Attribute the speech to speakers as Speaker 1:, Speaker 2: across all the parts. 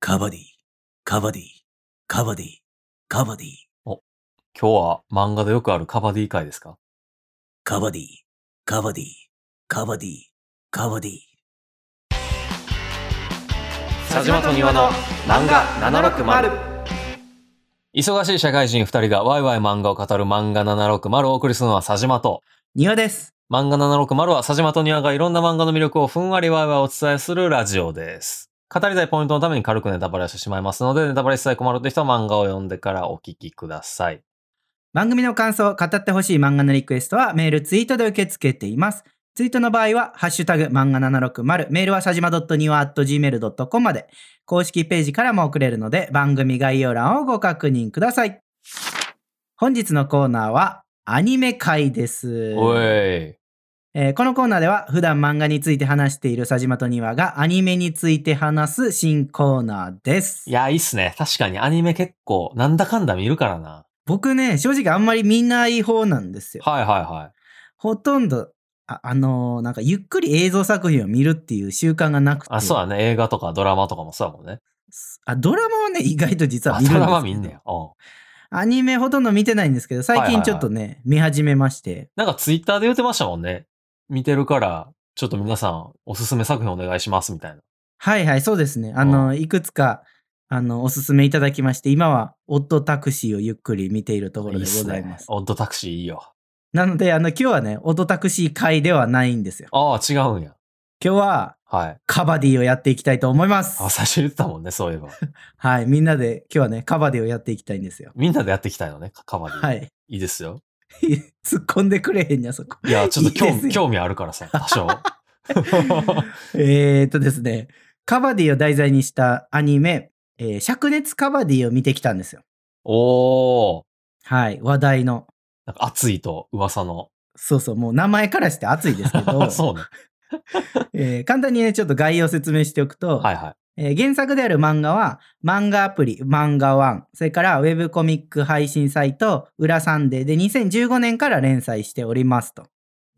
Speaker 1: カバディ、カバディ、カバディ、カバディ、
Speaker 2: 今日は漫画でよくあるカバディ会ですか
Speaker 1: カバディ、カバディ、カバディ、カバディ。
Speaker 2: 佐島と庭の漫画760忙しい社会人2人がワイワイ漫画を語る漫画760をお送りするのは佐島と
Speaker 1: 庭です。
Speaker 2: 漫画760は佐島と庭がいろんな漫画の魅力をふんわりワイワイお伝えするラジオです語りたいポイントのために軽くネタバレしてしまいますのでネタバレ一切困るという人は漫画を読んでからお聞きください
Speaker 1: 番組の感想、語ってほしい漫画のリクエストはメール、ツイートで受け付けています。ツイートの場合は、ハッシュタグ、漫画760、メールはさじま .niwa.gmail.com まで、公式ページからも送れるので、番組概要欄をご確認ください。本日のコーナーは、アニメ会です。
Speaker 2: おい
Speaker 1: えーこのコーナーでは普段漫画について話している佐島と庭がアニメについて話す新コーナーです
Speaker 2: い。やいいっすね確かにアニメ結構なんだかんだ見るからな
Speaker 1: 僕ね、正直あんまり見ない方なんですよ。
Speaker 2: はいはいはい
Speaker 1: ほとんど、あ、あのーなんかゆっくり映像作品を見るっていう習慣がなくて。
Speaker 2: あ、そうだね。映画とかドラマとかもそうだもんね。
Speaker 1: あドラマはね、意外と実は
Speaker 2: あ、
Speaker 1: 見るんですけ
Speaker 2: ド
Speaker 1: ど。
Speaker 2: ラマ見んねや。うん。
Speaker 1: アニメほとんど見てないんですけど、最近ちょっとね、見始めまして。
Speaker 2: なんかツイッターで言ってましたもんね。見てるから、ちょっと皆さんおすすめ作品お願いしますみたいな。
Speaker 1: はいはい、そうですね。あのーいくつか、あの、おすすめいただきまして、今は、オットタクシーをゆっくり見ているところでござい
Speaker 2: いいっ
Speaker 1: ますす
Speaker 2: ね。。オッドタクシーいいよ。
Speaker 1: なので、あの、今日はね、音タクシー会ではないんですよ。
Speaker 2: ああ、違うんや。
Speaker 1: 今日は、
Speaker 2: はい。
Speaker 1: カバディをやっていきたいと思います。
Speaker 2: あ、最初言ってたもんね、そういえ ば。
Speaker 1: はい、みんなで、今日はね、カバディをやっていきたいんですよ。
Speaker 2: みんなでやっていきたいのね、カカバディ。。
Speaker 1: はいい。
Speaker 2: いですよ。
Speaker 1: 突っ込んでくれへんね、あそこ。
Speaker 2: いや、ちょっと興
Speaker 1: いいです
Speaker 2: 味
Speaker 1: よ
Speaker 2: 興味あるから さ、多少。
Speaker 1: えーっとですね、カバディを題材にしたアニメ、えー灼熱カバディを見てきたんですよ。
Speaker 2: おー。
Speaker 1: はい、話題の。
Speaker 2: なんか熱いと噂の。
Speaker 1: そうそう、もう名前からして熱いですけど、
Speaker 2: そうね。
Speaker 1: えー簡単にね、ちょっと概要を説明しておくと、
Speaker 2: はいはい。
Speaker 1: えー原作である漫画は漫画アプリ漫画ワンそれからウェブコミック配信サイト裏サンデーで2015年から連載しておりますと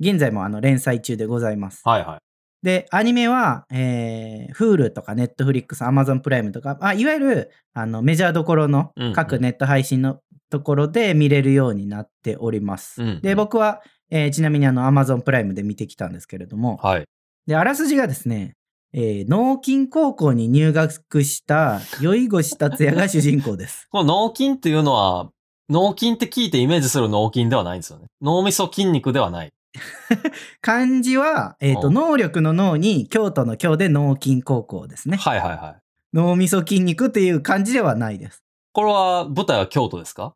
Speaker 1: 現在もあの連載中でございます
Speaker 2: はいはい。
Speaker 1: でアニメは、えー、Hulu とか Netflix、Amazon プライムとか、あ、いわゆるあのメジャーどころの
Speaker 2: うんうん
Speaker 1: 各ネット配信のところで見れるようになっております、
Speaker 2: うんうん
Speaker 1: で僕は、えーちなみにあの Amazon プライムで見てきたんですけれども、
Speaker 2: はい。
Speaker 1: で、あらすじがですね、えー農金高校に入学した、宵越達也が主人公 です。
Speaker 2: この脳筋っていうのは、脳筋って聞いてイメージする脳筋ではないんですよね。脳みそ筋肉ではない。
Speaker 1: 漢字は、えっ、
Speaker 2: う
Speaker 1: と、
Speaker 2: ん
Speaker 1: 能力の脳に、京都の京で農金高校ですね。
Speaker 2: はいはいはい。
Speaker 1: 脳みそ筋肉っていう漢字ではないです。
Speaker 2: これは舞台は京都ですか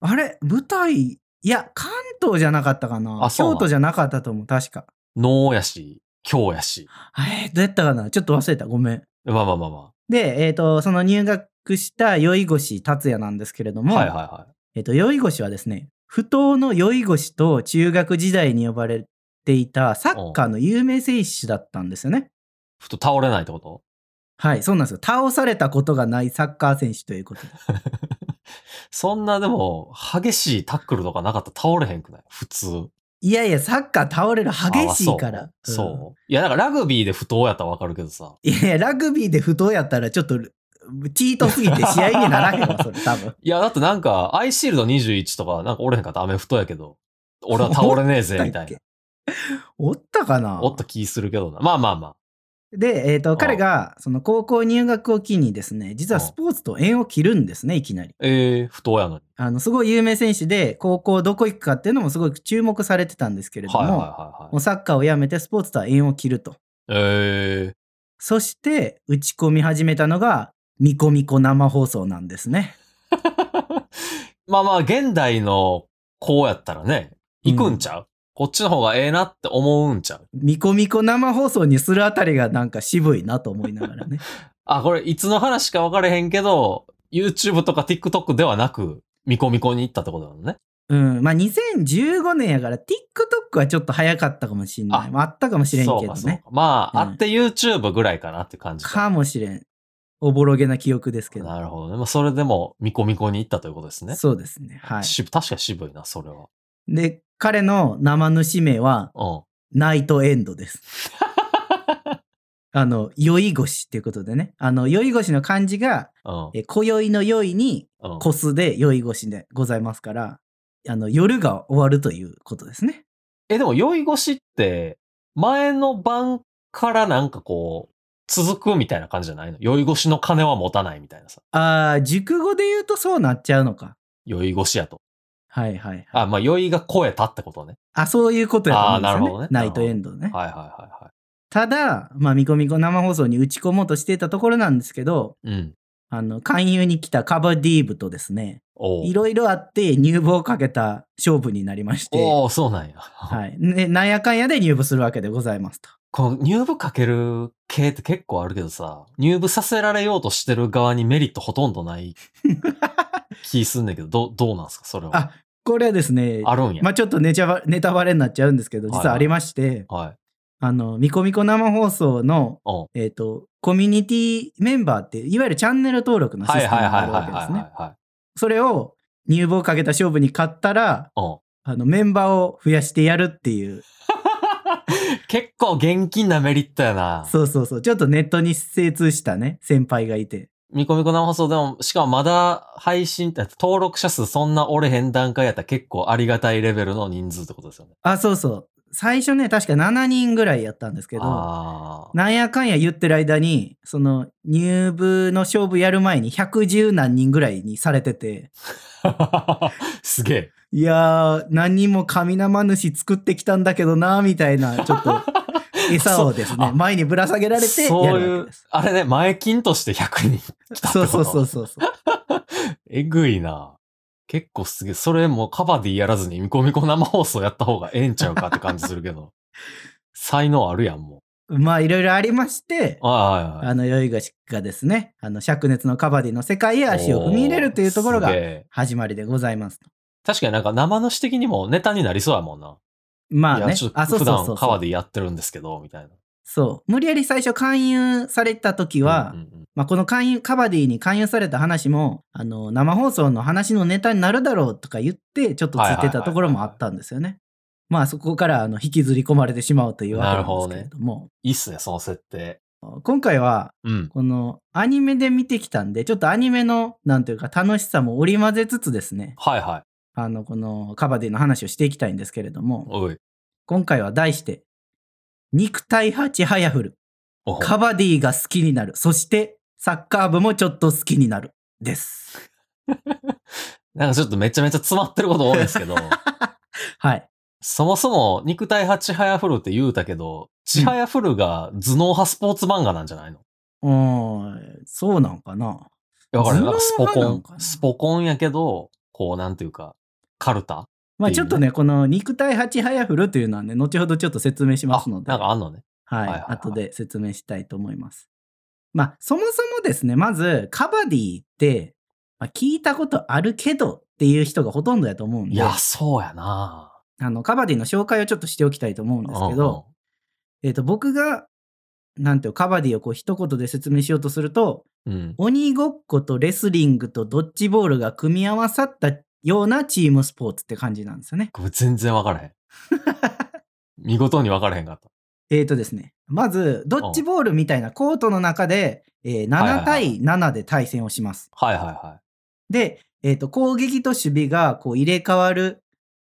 Speaker 1: あれ舞台、いや、関東じゃなかったかな
Speaker 2: あそうなん
Speaker 1: 京都じゃなかったと思う、確か。
Speaker 2: 脳やし、京やし。
Speaker 1: えー、どうやったかなちょっと忘れた、ごめん。
Speaker 2: まあまあまあま
Speaker 1: で、えっ、と、その入学した宵越達也なんですけれど
Speaker 2: あ。
Speaker 1: も、
Speaker 2: はいはいはい。
Speaker 1: えっと、宵越はですね、不当の宵越と中学時代に呼ばれていたサッカーの有名選手だったんですよね。
Speaker 2: ふと倒れないってこと
Speaker 1: はい、そうなんですよ。倒されたことがないサッカー選手ということで。
Speaker 2: そんなでも、激しいタックルとかなかったら倒れへんくない普通。
Speaker 1: いやいや、サッカー倒れる激しいから
Speaker 2: あ。そうそう。いや、だからラグビーで不当やったらわかるけどさ。
Speaker 1: うん。いやいや、ラグビーで不当やったらちょっと、チートすぎて試合にならへん わ、それ多分。
Speaker 2: いや、だってなんか、アイシールド21とか、なんかおれへんかったらアメフトやけど、俺は倒れねえぜ、みたいな。
Speaker 1: おったかな
Speaker 2: おった気するけどな。まあまあまあ。
Speaker 1: で、えっ、
Speaker 2: うん
Speaker 1: と、彼が、その高校入学を機にですね、実はスポーツと縁を切るんですね、いきなり。
Speaker 2: えー、不当やのに。
Speaker 1: あのすごい有名選手で高校どこ行くかっていうのもすごく注目されてたんですけれども、
Speaker 2: はいはいはい
Speaker 1: も
Speaker 2: は
Speaker 1: う
Speaker 2: い。
Speaker 1: サッカーをやめてスポーツとは縁を切ると
Speaker 2: え
Speaker 1: そして打ち込み始めたのがミコミコ生放送なんですね
Speaker 2: ー、 まあまあ、現代のこうやったらね、行くんちゃう、こっちの方がええなって思うんちゃう
Speaker 1: ミコミコ生放送にするあたりがなんか渋いなと思いなが らね
Speaker 2: あ、これいつの話か分かれへんけど、YouTube とか TikTok ではなく、ミコミコに行ったってことなのね。
Speaker 1: うんまあ2015年やから TikTok はちょっと早かったかもしんない
Speaker 2: あ
Speaker 1: まああったかもしれん
Speaker 2: そ
Speaker 1: け
Speaker 2: う
Speaker 1: ど
Speaker 2: かそう
Speaker 1: ね
Speaker 2: か。まあ、
Speaker 1: うん
Speaker 2: あって YouTube ぐらいかなって感じ
Speaker 1: かもしれんおぼろげな記憶ですけど
Speaker 2: なるほどね。まあ、それでもミコミコに行ったということですね。
Speaker 1: そうですねはい
Speaker 2: 渋確かに渋いな、それは。
Speaker 1: で彼の生主名は
Speaker 2: うん。
Speaker 1: ナイトエンドです。あの、酔い腰っていうことでね。あの、酔い腰の漢字が、
Speaker 2: うん。
Speaker 1: え今宵の酔いに、
Speaker 2: うん
Speaker 1: コスで酔い腰でございますから、あの、夜が終わるということですね。
Speaker 2: え、でも、酔い腰って、前の晩からなんかこう、続くみたいな感じじゃないの酔い腰の金は持たないみたいなさ。
Speaker 1: あー熟語で言うとそうなっちゃうのか。
Speaker 2: 酔い腰やと。
Speaker 1: はいはいはい。
Speaker 2: あ、まあ、酔いが超えたってことね。
Speaker 1: あ、そういうことやと思うんですよ
Speaker 2: あーな
Speaker 1: ね。
Speaker 2: るほどね
Speaker 1: ナイトエンドね。
Speaker 2: はいはいはいは
Speaker 1: ただ、まあ、みこみこ生放送に打ち込もうとしていたところなんですけど、
Speaker 2: い。うん。
Speaker 1: あの、勧誘に来たカバディーブとですね、
Speaker 2: おう
Speaker 1: いろいろあって入部をかけた勝負になりまして、
Speaker 2: おうそうなんや。
Speaker 1: はい。ね、なんやかんやで入部するわけでございますと。
Speaker 2: この入部かける系って結構あるけどさ、入部させられようとしてる側にメリットほとんどない 気すんだけど、どう、どうなんすかそれは。
Speaker 1: あこれはですね、
Speaker 2: あるんや。
Speaker 1: まあ、ちょっとネタバネタバレになっちゃうんですけど、実はありまして、
Speaker 2: はい。
Speaker 1: あの、みこみこ生放送の、
Speaker 2: おう
Speaker 1: えっ、と、コミュニティメンバーって、いわゆるチャンネル登録のシス
Speaker 2: は
Speaker 1: テ
Speaker 2: い
Speaker 1: ム
Speaker 2: はい
Speaker 1: が
Speaker 2: は
Speaker 1: あ
Speaker 2: い
Speaker 1: る
Speaker 2: は
Speaker 1: わ
Speaker 2: い
Speaker 1: け
Speaker 2: は
Speaker 1: です
Speaker 2: い
Speaker 1: ね。
Speaker 2: はい。
Speaker 1: それを入部をかけた勝負に勝ったら、
Speaker 2: おう
Speaker 1: あの、メンバーを増やしてやるっていう、
Speaker 2: 結構現金なメリットやな。
Speaker 1: そうそうそう、ちょっとネットに精通したね、先輩がいて。
Speaker 2: みこみこ生放送でも、しかもまだ配信って、登録者数そんな折れへん段階やったら結構ありがたいレベルの人数ってことですよね。
Speaker 1: あ、そうそう。最初ね、確か7人ぐらいやったんですけど、
Speaker 2: ああ。
Speaker 1: なんやかんや言ってる間に、その、入部の勝負やる前に110何人ぐらいにされてて、
Speaker 2: すげえ。
Speaker 1: いやー、何人も神生主作ってきたんだけどな、みたいな、ちょっ と、餌をです
Speaker 2: そう
Speaker 1: ね
Speaker 2: あ、
Speaker 1: 前にぶら下げられてやる
Speaker 2: そうい
Speaker 1: わ
Speaker 2: う
Speaker 1: けです。、
Speaker 2: あれね、前金として100人来たって
Speaker 1: そ
Speaker 2: こ
Speaker 1: うそう
Speaker 2: と。
Speaker 1: そううそうそう。
Speaker 2: えぐいな。結構すげえ。それもうカバディやらずに、みこみこ生放送やった方がええんちゃうかって感じするけ ど。才能あるやん、も
Speaker 1: まあ、いろいろありまして
Speaker 2: う。、ああ、
Speaker 1: あの、ヨイガシがですね、あの、灼熱のカバディの世界へ足を踏み入れるというところ
Speaker 2: おーす
Speaker 1: が
Speaker 2: げえ
Speaker 1: 始まりでございます。
Speaker 2: 確かになんか生主的にもネタになりそうやもんな。
Speaker 1: まあ
Speaker 2: い
Speaker 1: ね
Speaker 2: や、ちょっ、と
Speaker 1: あ、そう
Speaker 2: 普
Speaker 1: そうそ
Speaker 2: 段
Speaker 1: うそ
Speaker 2: 川
Speaker 1: う。
Speaker 2: でやってるんですけど、みたいな。
Speaker 1: そう。無理やり最初勧誘された時は、
Speaker 2: うんうん
Speaker 1: まあ、この勧誘、カバディに勧誘された話も、あの、生放送の話のネタになるだろうとか言って、ちょっとついてたところもあったんですよね。まあ、そこから、あの、引きずり込まれてしまうというわけなんですけれども、
Speaker 2: いいっすね、その設定。
Speaker 1: 今回は、
Speaker 2: うん。
Speaker 1: このアニメで見てきたんで、ちょっとアニメの、なんというか楽しさも織り交ぜつつですね、
Speaker 2: はいはい。
Speaker 1: あの、このカバディの話をしていきたいんですけれども、
Speaker 2: おい。
Speaker 1: 今回は題して、肉体派ちはやふる、
Speaker 2: おほ
Speaker 1: カバディが好きになる、そしてサッカー部もちょっと好きになる、です。
Speaker 2: なんかちょっとめちゃめちゃ詰まってること多いんですけど、
Speaker 1: はい。
Speaker 2: そもそも肉体派ちはやふるって言うたけど、ちはやふるが頭脳派スポーツ漫画なんじゃないの
Speaker 1: うーん、そうなんかな。
Speaker 2: わかるなんかス
Speaker 1: 頭脳
Speaker 2: ポ
Speaker 1: 派なの
Speaker 2: コ
Speaker 1: か
Speaker 2: ン。
Speaker 1: な
Speaker 2: スポコンやけど、こうなんていうか、カルタ
Speaker 1: まあ
Speaker 2: いいね
Speaker 1: ちょっとね、この肉体八早振るというのはね、後ほどちょっと説明しま
Speaker 2: あ、
Speaker 1: す
Speaker 2: な
Speaker 1: の
Speaker 2: ん
Speaker 1: で、
Speaker 2: かあんのね。
Speaker 1: はい、
Speaker 2: はいはい
Speaker 1: 後で説明したいと思います。まあ、そもそもですね、まず、カバディって、まあ、聞いたことあるけどっていう人がほとんどやと思うん
Speaker 2: い
Speaker 1: で、
Speaker 2: や、
Speaker 1: あ
Speaker 2: そうやな
Speaker 1: の、カバディの紹介をちょっとしておきたいと思うんですけど、えっ、と、僕が、なんていうのカバディをこう一言で説明しようとすると、
Speaker 2: うんうん。うん
Speaker 1: 鬼ごっことレスリングとドッジボールが組み合わさったようなチームスポーツって感じなんですよね。
Speaker 2: これ全然わか らへん。見事にわからへんかった。
Speaker 1: えーとですね、まず、ドッジボールみたいなコートの中で、えー
Speaker 2: はいはいはい
Speaker 1: 7対7で対戦をします。
Speaker 2: はいはいはい。
Speaker 1: で、えーと、攻撃と守備がこう入れ替わる、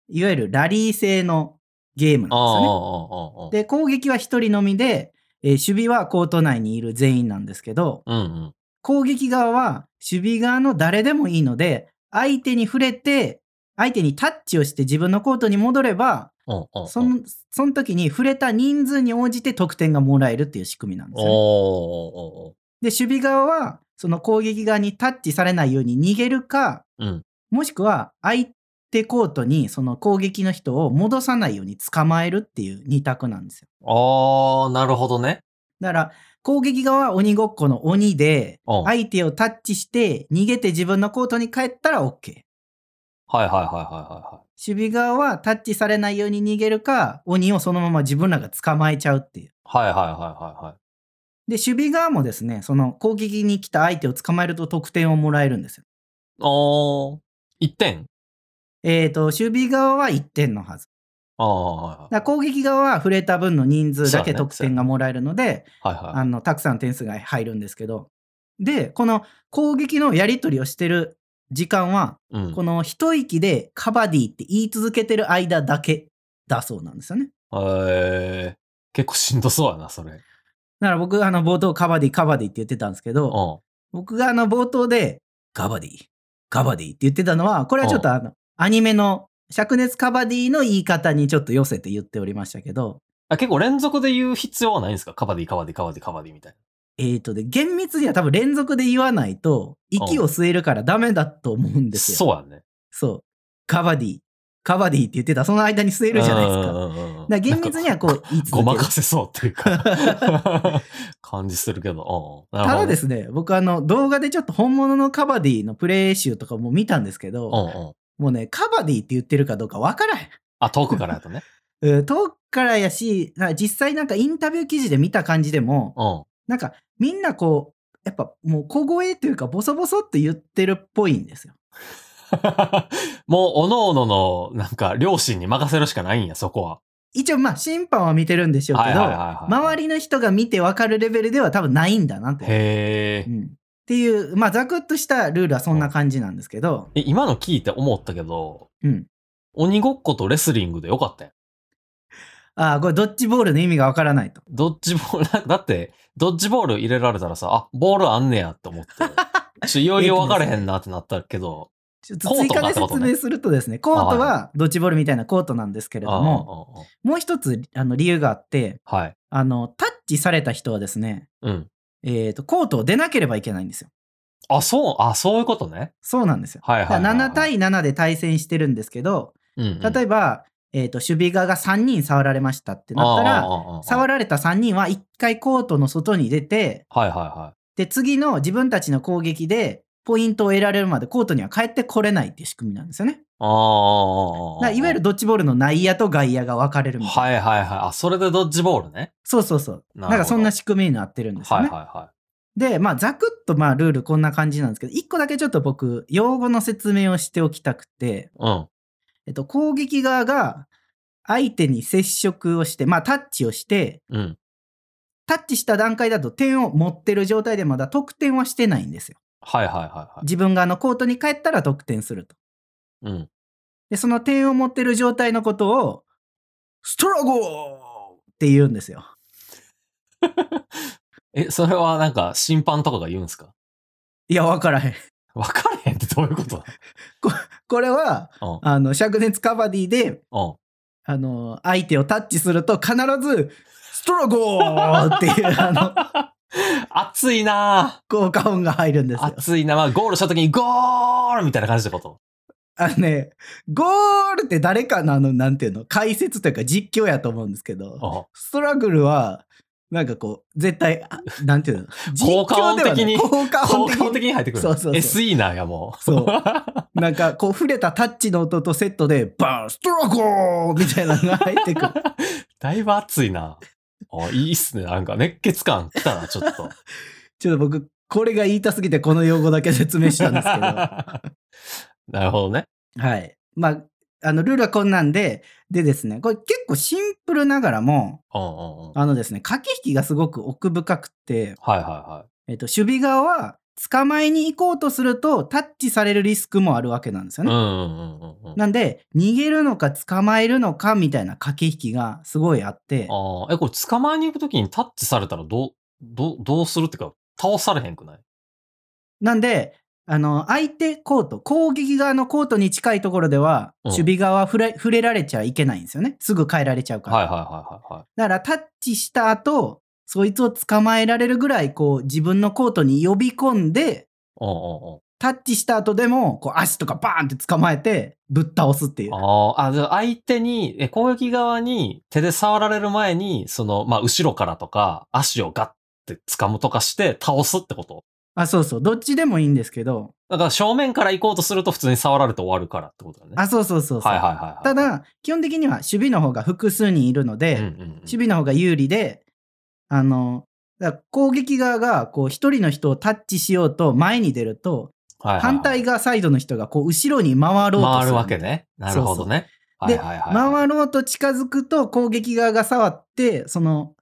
Speaker 1: いわゆるラリー制のゲームなんですよ
Speaker 2: あ
Speaker 1: ね。
Speaker 2: あ、ああ、ああ。
Speaker 1: で、攻撃は1人のみで、えー守備はコート内にいる全員なんですけど、
Speaker 2: うんうん。
Speaker 1: 攻撃側は守備側の誰でもいいので、相手に触れて、相手にタッチをして自分のコートに戻れば、
Speaker 2: うんうんうん。
Speaker 1: その、その時に触れた人数に応じて得点がもらえるっていう仕組みなんですよね、
Speaker 2: おーおーおーおー
Speaker 1: で、守備側は、その攻撃側にタッチされないように逃げるか、
Speaker 2: うん
Speaker 1: もしくは相手コートにその攻撃の人を戻さないように捕まえるっていう二択なんですよ。
Speaker 2: あー、なるほどね。
Speaker 1: だから、攻撃側は鬼ごっこの鬼で、
Speaker 2: うんはい
Speaker 1: 相手をタッチして逃げて自分のコートに帰ったら OK。
Speaker 2: はいはいはいはいはい。
Speaker 1: 守備側はタッチされないように逃げるか、鬼をそのまま自分らが捕まえちゃうっていう。
Speaker 2: はいはいはいはいはい。
Speaker 1: で、守備側もですね、その攻撃に来た相手を捕まえると得点をもらえるんですよ。
Speaker 2: おー、1点
Speaker 1: えっ、と、守備側は1点のはず。
Speaker 2: ああ、はい
Speaker 1: だから攻撃側は触れた分の人数だけ
Speaker 2: そうだね
Speaker 1: 得点がもらえるので、
Speaker 2: はい。はいは
Speaker 1: あのたくさん点数が入るんですけどでこの攻撃のやり取りをしてる時間は、
Speaker 2: い。うん。
Speaker 1: この一息でカバディって言い続けてる間だけだそうなんですよね。
Speaker 2: えー、結構しんどそうやな、それ。うん。
Speaker 1: だから僕、あの、冒頭カバディ、カバディって言ってたんですけど、
Speaker 2: あ
Speaker 1: 僕があの、冒頭で、カバディ、カバディって言ってたのは、これはちょっとあの、アニメの、灼熱カバディの言い方にちょっと寄せて言っておりましたけど、
Speaker 2: 結構連続で言う必要はないんですかカバディ、カバディ、カバディ、カバディみたい
Speaker 1: えーとで、厳密には多分連続で言わないと、息を吸えるからダメだと思うん
Speaker 2: な。
Speaker 1: ですよ。
Speaker 2: そうやね。
Speaker 1: そう。カバディ、カバディって言ってた、その間に吸えるじゃないですか。だか
Speaker 2: か
Speaker 1: ら厳密にはこう、言い続け
Speaker 2: ご
Speaker 1: る
Speaker 2: まかせそうっていう か感じするけど。うん、。
Speaker 1: ただですすね、僕あの動画でちょっと本物のカバディのプレイ集とかも見たんですけど、
Speaker 2: うんうん。
Speaker 1: もうね、カバディって言ってるかどうかわからへん。
Speaker 2: あ、遠くからや とね。
Speaker 1: うん遠くからやし、なんか実際なんかインタビュー記事で見た感じでも、
Speaker 2: うん。
Speaker 1: なんかみんなこう、やっぱもう小声というかボソボソって言ってるっぽいんですよ。
Speaker 2: もう、おのおのの、なんか、両親に任せるしかないんや、そこは。
Speaker 1: 一応まあ審判は見てるんでしょうけど、周
Speaker 2: り。
Speaker 1: りの人が見てわかるレベルでは多分ないんだなと。
Speaker 2: へ
Speaker 1: う
Speaker 2: ー
Speaker 1: んっていう、まあざくっとしたルールはそんな感じなんですけど、
Speaker 2: え。今の聞いて思ったけど、
Speaker 1: うん。
Speaker 2: 鬼ごっことレスリングでよかったやん。
Speaker 1: ああ、これドッジボールの意味がわからないと。
Speaker 2: ドッジボール、なんかだって、ドッジボール入れられたらさ、あ、ボールあんねやって思って。ちょ、いよいよ分からへんなってなったけど。
Speaker 1: ちょっと
Speaker 2: コー
Speaker 1: 追
Speaker 2: トが
Speaker 1: 加
Speaker 2: っ
Speaker 1: で
Speaker 2: てこと
Speaker 1: 説
Speaker 2: ね
Speaker 1: 明するとですね、コートはドッジボールみたいなコートなんですけれども、
Speaker 2: あ
Speaker 1: もう一つあの理由があって、
Speaker 2: あああはい。
Speaker 1: あの、タッチされた人はですね、
Speaker 2: うん。
Speaker 1: えっ、と、コートを出なければいけないんですよ。
Speaker 2: あ、そう、あ、そういうことね。
Speaker 1: そうなんですよ。
Speaker 2: はいはいはいはい、
Speaker 1: 7対7で対戦してるんですけど、
Speaker 2: うんうん、
Speaker 1: 例えば、えっ、と、守備側が3人触られましたってなったら、
Speaker 2: ら
Speaker 1: 触
Speaker 2: る。
Speaker 1: られた3人は1回コートの外に出て、
Speaker 2: はいはいは
Speaker 1: で、次の自分たちの攻撃で、ポイントを得られるまでコートには帰ってこれないっていう仕組みなんですよね。
Speaker 2: い。ああ
Speaker 1: だからいわゆる、ドッジボールの内野と外野が分かれるみたいな。
Speaker 2: はいはいはい。あ、それでドッジボールね。
Speaker 1: そうそうそう。
Speaker 2: なるほど
Speaker 1: なんかそんな仕組みになってるんですよ
Speaker 2: はい
Speaker 1: ね。
Speaker 2: はいは
Speaker 1: で、まあ、ざくっとまあ、ルールこんな感じなんですけど、一個だけちょっと僕、用語の説明をしておきたくて、
Speaker 2: い。うん。
Speaker 1: えっと、攻撃側が相手に接触をして、まあ、タッチをして、
Speaker 2: うん。
Speaker 1: タッチした段階だと点を持ってる状態でまだ得点はしてないんですよ。
Speaker 2: はいはいはいはい。
Speaker 1: 自分があのコートに帰ったら得点すると。
Speaker 2: うん。
Speaker 1: で、その点を持ってる状態のことを、ストロゴーって言うんですよ。
Speaker 2: え、それはなんか審判とかが言うんですか
Speaker 1: いや、わからへん。
Speaker 2: 分からへんってどういうことだ
Speaker 1: これは、
Speaker 2: うん
Speaker 1: あの、灼熱カバディで、
Speaker 2: うん。
Speaker 1: あの、相手をタッチすると必ず、ストロゴーっていう、あ の、
Speaker 2: 熱いな
Speaker 1: 効果音が入るんです
Speaker 2: ぁ。
Speaker 1: よ。
Speaker 2: 熱いなまあ、ゴールした時にゴールみたいな感じってこと。
Speaker 1: あのね、ゴールって誰かのあの、なんていうの、解説というか実況やと思うんですけど、
Speaker 2: うん
Speaker 1: ストラグルは、なんかこう、絶対、あなんていうの、
Speaker 2: 効果音的に
Speaker 1: 実況ではない効
Speaker 2: 効
Speaker 1: 果
Speaker 2: 果
Speaker 1: 音
Speaker 2: 音
Speaker 1: 的
Speaker 2: 的
Speaker 1: に。
Speaker 2: に入ってくる。
Speaker 1: そうそうそう
Speaker 2: SE なんや、もう。
Speaker 1: そう。なんかこう、触れたタッチの音とセットで、バーン、ストラゴーみたいなのが入ってくる。
Speaker 2: だいぶ熱いなあいいっすね。なんか熱血感来たな、ちょっと。
Speaker 1: ちょっと僕、これが言いたすぎて、この用語だけ説明したんですけど。
Speaker 2: なるほどね。
Speaker 1: はい。まあ、あの、ルールはこんなんで、でですね、これ結構シンプルながらも、
Speaker 2: うんうんうん。はい
Speaker 1: あのですね、駆け引きがすごく奥深くて、
Speaker 2: はいは
Speaker 1: えっと、守備側は捕まえに行こうとするとタッチされるリスクもあるわけなんですよ
Speaker 2: い。うん
Speaker 1: ね。
Speaker 2: うんうんうんうん。
Speaker 1: なんで、逃げるのか捕まえるのかみたいな駆け引きがすごいあって、
Speaker 2: ああ、え、これ捕まえに行くときにタッチされたらどう、どう、どうするってか、倒されへんくない
Speaker 1: なんで、あの、相手コート、攻撃側のコートに近いところでは、
Speaker 2: うん
Speaker 1: 守備側は触れ触れられちゃいけないんですよね。すぐ変えられちゃうから。
Speaker 2: はいはいはいはいはい。
Speaker 1: だからタッチした後、そいつを捕まえられるぐらい、こう、自分のコートに呼び込んで、
Speaker 2: うんうんうん。
Speaker 1: タッチした後でも、こう、足とかバーンって捕まえて、ぶっ倒すっていう。
Speaker 2: あーあ、じゃあ相手に、え攻撃側に手で触られる前に、その、まあ、後ろからとか、足をガッて掴むとかして倒すってこと
Speaker 1: あ、そうそう。どっちでもいいんですけど、
Speaker 2: だから正面から行こうとすると普通に触られて終わるからってことだね。
Speaker 1: あ、そうそうそうそう。
Speaker 2: はいはいはいはい。
Speaker 1: た、だ、基本的には守備の方が複数人いるので、
Speaker 2: うんうんうん、
Speaker 1: 守備の方が有利で、あの、だから攻撃側が、こう、一人の人をタッチしようと前に出ると、
Speaker 2: はいはいはい
Speaker 1: 反対側サイドの人が、こう、後ろに回ろうとする。
Speaker 2: 回るわけね。なるほどね。はい
Speaker 1: で、
Speaker 2: はいはい。
Speaker 1: 回ろうと近づくと攻撃側が触って、その、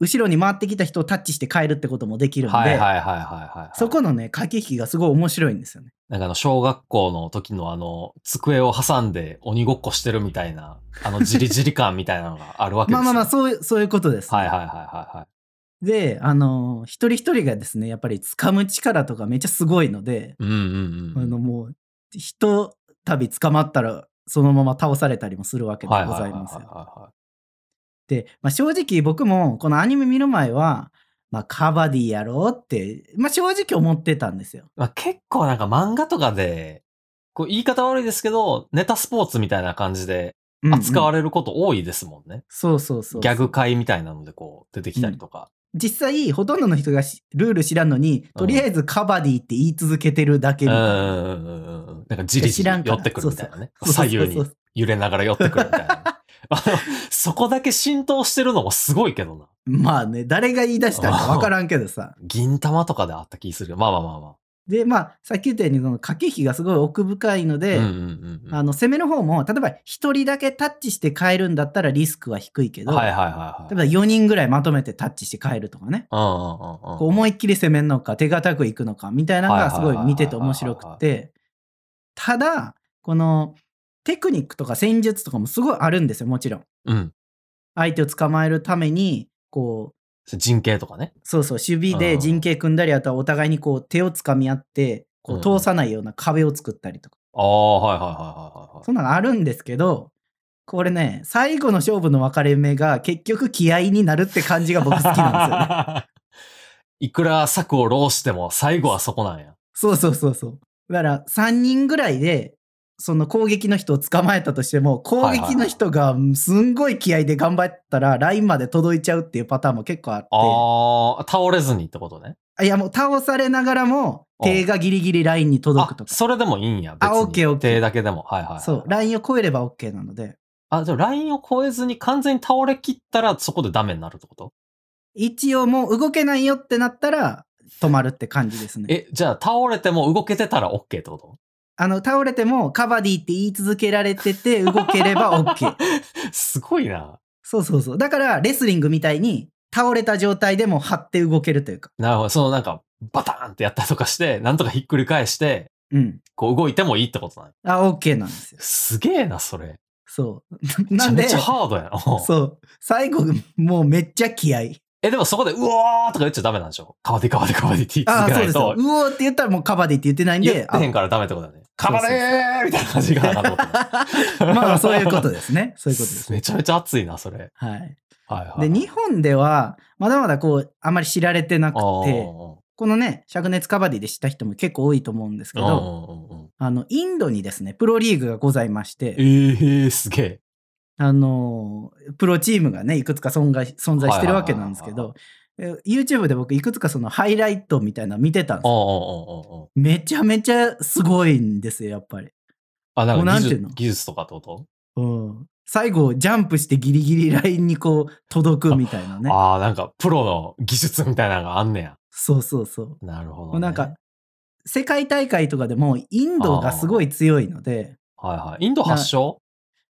Speaker 1: 後ろに回ってきた人をタッチして変えるってこともできるんで、
Speaker 2: はいはいはいはいはいはい。
Speaker 1: そこのね、駆け引きがすごい面白いんですよね。
Speaker 2: なんかあの、小学校の時のあの、机を挟んで鬼ごっこしてるみたいな、あの、じりじり感みたいなのがあるわけで
Speaker 1: ま
Speaker 2: す
Speaker 1: あ
Speaker 2: よ。
Speaker 1: まあまあ、
Speaker 2: う。
Speaker 1: そういう、そういうことです。
Speaker 2: はいはいはいはいはい。
Speaker 1: で、あのー一人一人がですね、やっぱり掴む力とかめっちゃすごいので、
Speaker 2: うんうんうん。
Speaker 1: あの、もう、ひとたび捕まったら、そのまま倒されたりもするわけでご
Speaker 2: はいはいは
Speaker 1: ざ
Speaker 2: い
Speaker 1: い
Speaker 2: はい
Speaker 1: ますよ。
Speaker 2: は
Speaker 1: で、まあ、正直僕もこのアニメ見る前は、まあ、カバディやろうって、まあ、正直思ってたんですよ。
Speaker 2: い。まあ、結構なんか漫画とかで、こう言い方悪いですけど、ネタスポーツみたいな感じで扱わ
Speaker 1: れ
Speaker 2: れること多いですもんね。
Speaker 1: そうそうそう。
Speaker 2: ギャグ界みたいなのでこう出てきたりとか。
Speaker 1: 実際、ほとんどの人がしルール知らんのに、とりあえずカバディって言い続けてるだけ
Speaker 2: う
Speaker 1: み
Speaker 2: ん
Speaker 1: たいな。
Speaker 2: うんうんうんうん。なんかじりじ
Speaker 1: 知
Speaker 2: り
Speaker 1: らんか
Speaker 2: 寄
Speaker 1: ら
Speaker 2: ってくるみたいなね。
Speaker 1: そうそう
Speaker 2: 左右
Speaker 1: そう
Speaker 2: に
Speaker 1: そう
Speaker 2: 揺れながら寄ってくるみたい なね。あの、そこだけ浸透してるのもすごいけどな。
Speaker 1: まあね、誰が言い出したのか分からんけどさ。
Speaker 2: 銀玉とかであった気するけど、まあまあまあま
Speaker 1: で、まあ、さっき言ったように、その駆け引きがすごい奥深いの
Speaker 2: あ。
Speaker 1: で、
Speaker 2: うんうんうんうん。
Speaker 1: あの攻めの方も、例えば1人だけタッチして変えるんだったらリスクは低いけど、
Speaker 2: はいはいはいはい。
Speaker 1: 例えば4人ぐらいまとめてタッチして変えるとかね。
Speaker 2: うんうんうんうん。
Speaker 1: こう思いっきり攻めんのか手堅くいくのかみたいなのがすごい見てて面白くてただこのテクニックとか戦術とかもすごいあるんですよもちろん
Speaker 2: うん。
Speaker 1: 相手を捕まえるためにこう
Speaker 2: 人形とかね。
Speaker 1: そうそう守備
Speaker 2: う
Speaker 1: で
Speaker 2: ん
Speaker 1: 陣形組んだりあとはお互いにこう手をつかみ合ってこう
Speaker 2: うん
Speaker 1: 通さないような壁を作ったりとか
Speaker 2: ああ、はいはいはいはいはい
Speaker 1: そんなのあるんですけどこれね最後の勝負の分かれ目が結局気合になるって感じが僕好きなんですよね
Speaker 2: いくら策を浪しても最後はそこなんや。
Speaker 1: そうそうそうそう。だから3人ぐらいで、その攻撃の人を捕まえたとしても、攻撃の人がうんすんごい気合で頑張ったら、ラインまで届いちゃうっていうパターンも結構あって、
Speaker 2: ああ、倒れずにってことね。
Speaker 1: いやもう倒されながらも、手がギリギリラインに届く
Speaker 2: あ
Speaker 1: と、か、
Speaker 2: それでもいいんや。
Speaker 1: あ
Speaker 2: 別に
Speaker 1: オッケーオッケー
Speaker 2: 手だけでも。はいはいはい。
Speaker 1: そう、ラインを超えれば OK なので、
Speaker 2: あ、じゃあラインを越えずに完全に倒れきったらそこでダメになるってこと
Speaker 1: 一応もう動けないよってなったら、止まるって感じですね。
Speaker 2: え、じゃあ倒れても動けてたら OK ってこと
Speaker 1: あの、倒れてもカバディって言い続けられてて、動ければ OK。
Speaker 2: すごいな。
Speaker 1: そうそうそう。だから、レスリングみたいに、倒れた状態でも張って動けるというか。
Speaker 2: なるほど。そのなんか、バターンってやったりとかして、なんとかひっくり返して、
Speaker 1: うん。
Speaker 2: こう動いてもいいってことなんや
Speaker 1: あ、OK なんですよ。
Speaker 2: すげえな、それ。
Speaker 1: そう。
Speaker 2: めち
Speaker 1: な
Speaker 2: ゃ
Speaker 1: ん
Speaker 2: め
Speaker 1: で、
Speaker 2: ちゃハー ドやな。
Speaker 1: そう。最後、もうめっちゃ気合い。
Speaker 2: え、でもそこで、うおーとか言っちゃダメなんでしょカバディカバディカバディって言い
Speaker 1: あ
Speaker 2: 続
Speaker 1: あ、
Speaker 2: け
Speaker 1: そう
Speaker 2: な
Speaker 1: で
Speaker 2: い
Speaker 1: すよ
Speaker 2: と。。
Speaker 1: うおーって言ったらもうカバディって言ってないん
Speaker 2: 言
Speaker 1: で、
Speaker 2: ってへんからダメってことだね。
Speaker 1: そう
Speaker 2: カ
Speaker 1: そう
Speaker 2: バデーみたいな感じがなと思った。
Speaker 1: あ まあそういうことですね。そういうことです。
Speaker 2: めちゃめちゃ熱いな、それ。
Speaker 1: はい。
Speaker 2: はいはい。
Speaker 1: で、日本では、まだまだこう、あまり知られてなくて、こ
Speaker 2: 本
Speaker 1: のね、灼熱カバディで知った人も結構多いと思うんですけど、あの、インドにですね、プロリーグがございまして、
Speaker 2: ええ、すげえ。
Speaker 1: あのー、プロチームがね、いくつか存在存在してるわけなんですけ
Speaker 2: は
Speaker 1: ど、え YouTube で僕いくつかそのハイライトみたいなの見てたんですよ
Speaker 2: ああ、
Speaker 1: めちゃめちゃすごいんですよ、やっぱり。
Speaker 2: あ、なん
Speaker 1: もう
Speaker 2: か
Speaker 1: なん
Speaker 2: 技
Speaker 1: ていう
Speaker 2: 術
Speaker 1: の
Speaker 2: 技術とかってこと、
Speaker 1: うん。最後、ジャンプしてギリギリラインにこう、届くみたいなね。
Speaker 2: ああ、なんかプロの技術みたいなのがあんねや。
Speaker 1: そうそうそう。も
Speaker 2: なるほど、
Speaker 1: う
Speaker 2: ね。
Speaker 1: なんか、世界大会とかでも、インドがすごい強いので、
Speaker 2: はいはい。インド発祥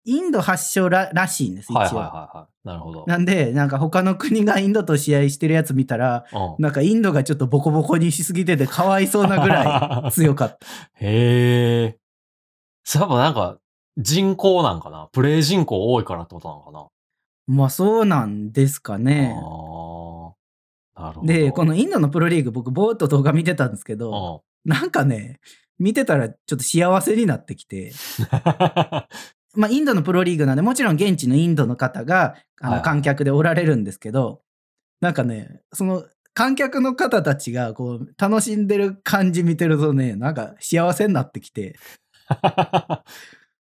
Speaker 1: インド発祥ららしいんです、一応。
Speaker 2: はいはいはいはい。なるほど。
Speaker 1: なんで、なんか他の国がインドと試合してるやつ見たら、
Speaker 2: う
Speaker 1: なんかインドがちょっとボコボコにしすぎてて、かわいそうなぐら い強かった。
Speaker 2: い。へえ。それやっぱなんか、人口なんかなプレイ人口多いからってことなのかな、
Speaker 1: まあそうなんですかね。
Speaker 2: ああ。なるほど。
Speaker 1: で、このインドのプロリーグ、僕、ぼーっと動画見てたんですけど、
Speaker 2: の、
Speaker 1: なんかね、見てたらちょっと幸せになってきて、まあ、インドのプロリーグなんで、もちろん現地のインドの方があ
Speaker 2: は
Speaker 1: の
Speaker 2: い
Speaker 1: 観客でおられるんですけど、なんかね、その観客の方たちがこう楽しんでる感じ見てるとね、なんか幸せになってきて、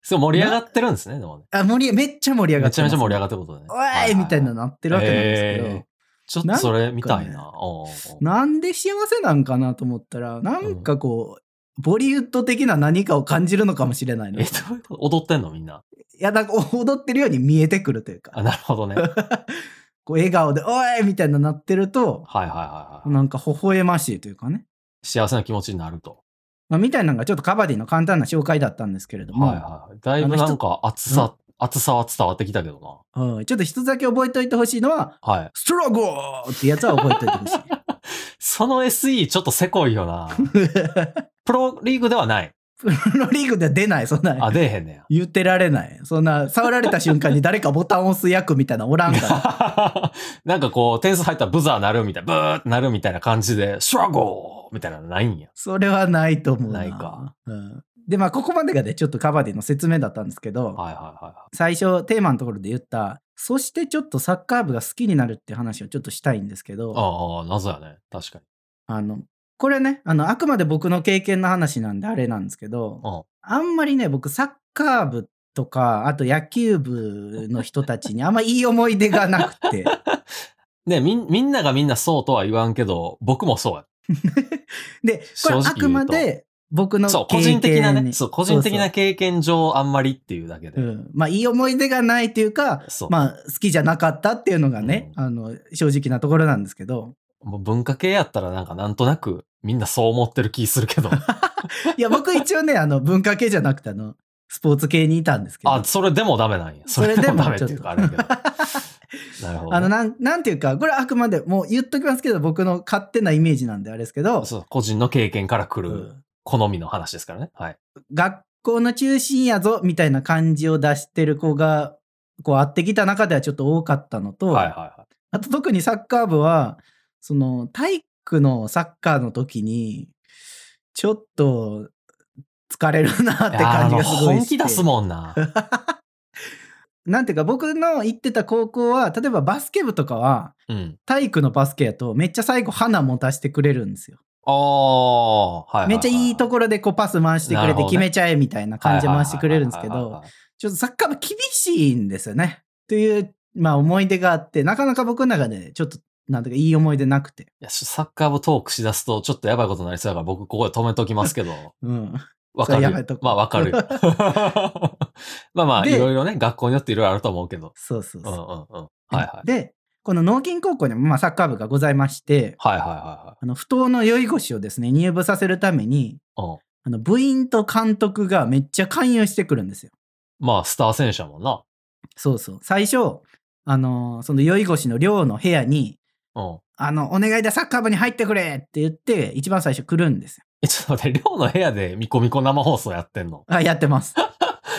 Speaker 2: そう、盛り上がってるんですね、でもね。
Speaker 1: あ盛りめっちゃ盛り上が
Speaker 2: め
Speaker 1: っ
Speaker 2: ち
Speaker 1: て
Speaker 2: ゃ
Speaker 1: ま
Speaker 2: め
Speaker 1: す
Speaker 2: ちゃ盛り上がってることね。
Speaker 1: おーいみたいななってるわけなんですけど、
Speaker 2: へーちょっとそれ見たい
Speaker 1: なん
Speaker 2: な。おうおう
Speaker 1: なんで幸せなんかなと思ったら、なんかこう、ボリウッド的な何かを感じるのかもしれないの。
Speaker 2: え、
Speaker 1: い
Speaker 2: どういうこと踊ってんのみんな。
Speaker 1: や、なんか踊ってるように見えてくるというか
Speaker 2: あ、。なるほど ね。はい
Speaker 1: こう笑顔で、おいみたいななってると、
Speaker 2: はいはいは
Speaker 1: なんか微笑ましいというかね。
Speaker 2: い。幸せな気持ちになると。
Speaker 1: まあ、みたいなのがちょっとカバディの簡単な紹介だったんですけれども、
Speaker 2: はいはいはい。だいぶなんか熱さ厚さは伝わってきたけど
Speaker 1: うん、ちょっと一つだけ覚えておいてほしいのは、
Speaker 2: な。はい。
Speaker 1: ストロゴーってやつは覚えておいてほし い。
Speaker 2: その SE ちょっとせこい よな。プロリーグではない。
Speaker 1: プロリーグでは出ない、そんな
Speaker 2: あ、。出えへんねや。
Speaker 1: 言ってられない。そんな、触られた瞬間に誰かボタン押す役みたいなのおらんから。
Speaker 2: なんかこう、点数入ったらブザーなるみたいな、ブーってなるみたいな感じで、ストラゴーみたいなのないんや。
Speaker 1: それはないと思うな。
Speaker 2: ないか。
Speaker 1: うん。で、まあ、ここまでがね、ちょっとカバディの説明だったんですけど、
Speaker 2: はいはいはいは
Speaker 1: 最初、テーマのところで言った、そしてちょっとサッカー部が好きになるって話をちょっとしたいんですけど、
Speaker 2: い。ああ、謎やね。確かに。
Speaker 1: あの、これね、あの、あくまで僕の経験の話なんであれなんですけど、
Speaker 2: うん
Speaker 1: あんまりね、僕、サッカー部とか、あと野球部の人たちにあんまいい思い出がなく て、
Speaker 2: ねみん、みんながみんなそうとは言わんけど、僕もそうや。
Speaker 1: で、これ
Speaker 2: 正直言うと
Speaker 1: あくまで僕の
Speaker 2: そう、個
Speaker 1: 経験
Speaker 2: 人的なね。
Speaker 1: に
Speaker 2: そう、個人的な
Speaker 1: そう
Speaker 2: 経験上あんまりっていうだけ
Speaker 1: そう
Speaker 2: で。
Speaker 1: うん、まあ、いい思い出がないというか、
Speaker 2: そう。
Speaker 1: まあ、好きじゃなかったっていうのがね、
Speaker 2: う
Speaker 1: あの、正直なところなんですけど、
Speaker 2: もう文化系やったらなんかなんとなくみんなそう思ってる気するけど。
Speaker 1: い や、僕一応ね、あの、文化系じゃなくて、あの、スポーツ系にいたんですけど、
Speaker 2: あ、それでもダメなんや。それでもダメっていうかあれやけど。 なるほどね。
Speaker 1: あのなんなんていうかこれはあくまでもう言っときますけど僕の勝手なイメージなんであれですけど、
Speaker 2: そう、個人の経験から来
Speaker 1: う
Speaker 2: る
Speaker 1: ん
Speaker 2: 好みの話ですからね。はい。
Speaker 1: 学校の中心やぞみたいな感じを出してる子がこう会ってきた中ではちょっと多かったのと、
Speaker 2: はいはいは
Speaker 1: あと特にサッカー部はその体育のサッカーの時にちょっと疲れるなっ
Speaker 2: い。
Speaker 1: て感じがすご
Speaker 2: いやあの
Speaker 1: い
Speaker 2: 本
Speaker 1: して
Speaker 2: 気出すも んな。
Speaker 1: なんていうか僕の行ってた高校は例えばバスケ部とかは
Speaker 2: うん。
Speaker 1: 体育のバスケやとめっちゃ最後花持たせてくれるんですよ。
Speaker 2: ああ、はいはいはい。
Speaker 1: めっちゃいいところでこうパス回してく
Speaker 2: なる
Speaker 1: れ
Speaker 2: ほ
Speaker 1: て
Speaker 2: どね
Speaker 1: 決めちゃえみたいな感じで回してくれるんですけ
Speaker 2: はいはいは
Speaker 1: ど
Speaker 2: いはいはい、
Speaker 1: ちょっとサッカー部厳しいんですよね。という、まあ思い出があって、なかなか僕の中でねちょっと、なんていうかいい思い出なくて。
Speaker 2: いやサッカー部トークしだすとちょっとやばいことになりそうだから僕ここで止めときますけど。
Speaker 1: うん。
Speaker 2: わ
Speaker 1: そ
Speaker 2: かる
Speaker 1: れ
Speaker 2: よ
Speaker 1: やめと。こう
Speaker 2: まあわ かるよ。まあまあ、
Speaker 1: で
Speaker 2: いろいろね、学校によっていろいろあると思うけど。
Speaker 1: そうそう
Speaker 2: うんうんうん。
Speaker 1: そ
Speaker 2: はいは
Speaker 1: う。
Speaker 2: い。はい
Speaker 1: で、この農金高校にもまあサッカー部がございまして、
Speaker 2: はいは
Speaker 1: あの不当の酔い腰をですね、入部させるために、
Speaker 2: いはい。
Speaker 1: あの部員と監督がめっちゃ勧誘してくるんですよ。
Speaker 2: うん。まあ、スター選手やもんな。
Speaker 1: そうそう。最初、あのーその酔い腰の寮の部屋に、
Speaker 2: うん。
Speaker 1: あの、お願いだ、サッカー部に入ってくれって言って、一番最初来るんですよ。
Speaker 2: え、ちょっと待って、寮の部屋でミコミコ生放送やってんの。
Speaker 1: あ、やって ます。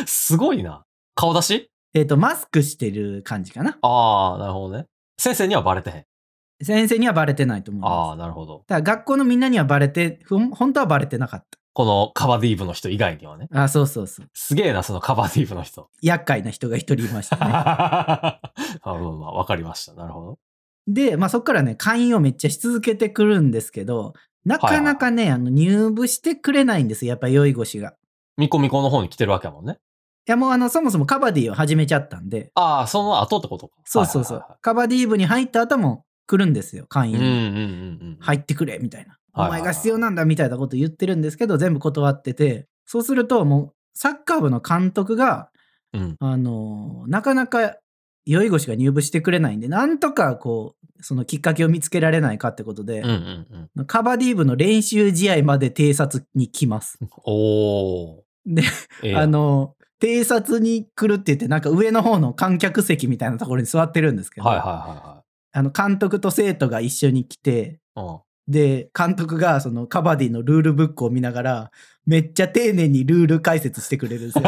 Speaker 2: すごいな。顔出し
Speaker 1: えっと、マスクしてる感じかな。
Speaker 2: ああ、なるほどね。先生にはバレてへん。
Speaker 1: 先生にはバレてないと思い
Speaker 2: あ
Speaker 1: ま
Speaker 2: あ、
Speaker 1: す。
Speaker 2: なるほど。
Speaker 1: だから学校のみんなにはバレて、ふん本当はバレてなかっ
Speaker 2: このカバディーブの人以外にはね。
Speaker 1: た。あ、そうそうそう。
Speaker 2: すげえな、そのカバディーブの 人。
Speaker 1: 厄介な人が一人いましたね。
Speaker 2: あまあまあ、わかりました。なるほど。
Speaker 1: で、まあそこからね、会員をめっちゃし続けてくるんですけど、なかなかね、あの入部してくれないんですよやっぱ酔い腰が。
Speaker 2: ミコミコの方に来てるわけやもんね。
Speaker 1: いやもうあの、そもそもカバディを始めちゃったんで、
Speaker 2: ああ、その後ってことか。
Speaker 1: そうそうそう
Speaker 2: はいはい。
Speaker 1: カバディ部に入った後も来るんですよ、会員
Speaker 2: はい
Speaker 1: に。
Speaker 2: うんうんうんうん。
Speaker 1: 入ってくれみたいな、
Speaker 2: はい
Speaker 1: お
Speaker 2: はいはい
Speaker 1: 前が必要なんだみたいなこと言ってるんですけど全部断っててそうするともうサッカー部の監督が
Speaker 2: うん。
Speaker 1: あのーなかなか酔い腰が入部してくれないんでなんとかこうそのきっかけを見つけられないかってことで
Speaker 2: うんう、んうん。
Speaker 1: カバディ部の練習試合まで偵察に来ます。
Speaker 2: おー。
Speaker 1: で、
Speaker 2: ええやん
Speaker 1: あ、のー偵察に来るって言ってなんか上の方の観客席みたいなところに座ってるんですけど、
Speaker 2: はいはいは
Speaker 1: あの監督と生徒が一緒に来て
Speaker 2: いはい。うん。
Speaker 1: で、監督がそのカバディのルールブックを見ながら、めっちゃ丁寧にルール解説してくれるんですよ。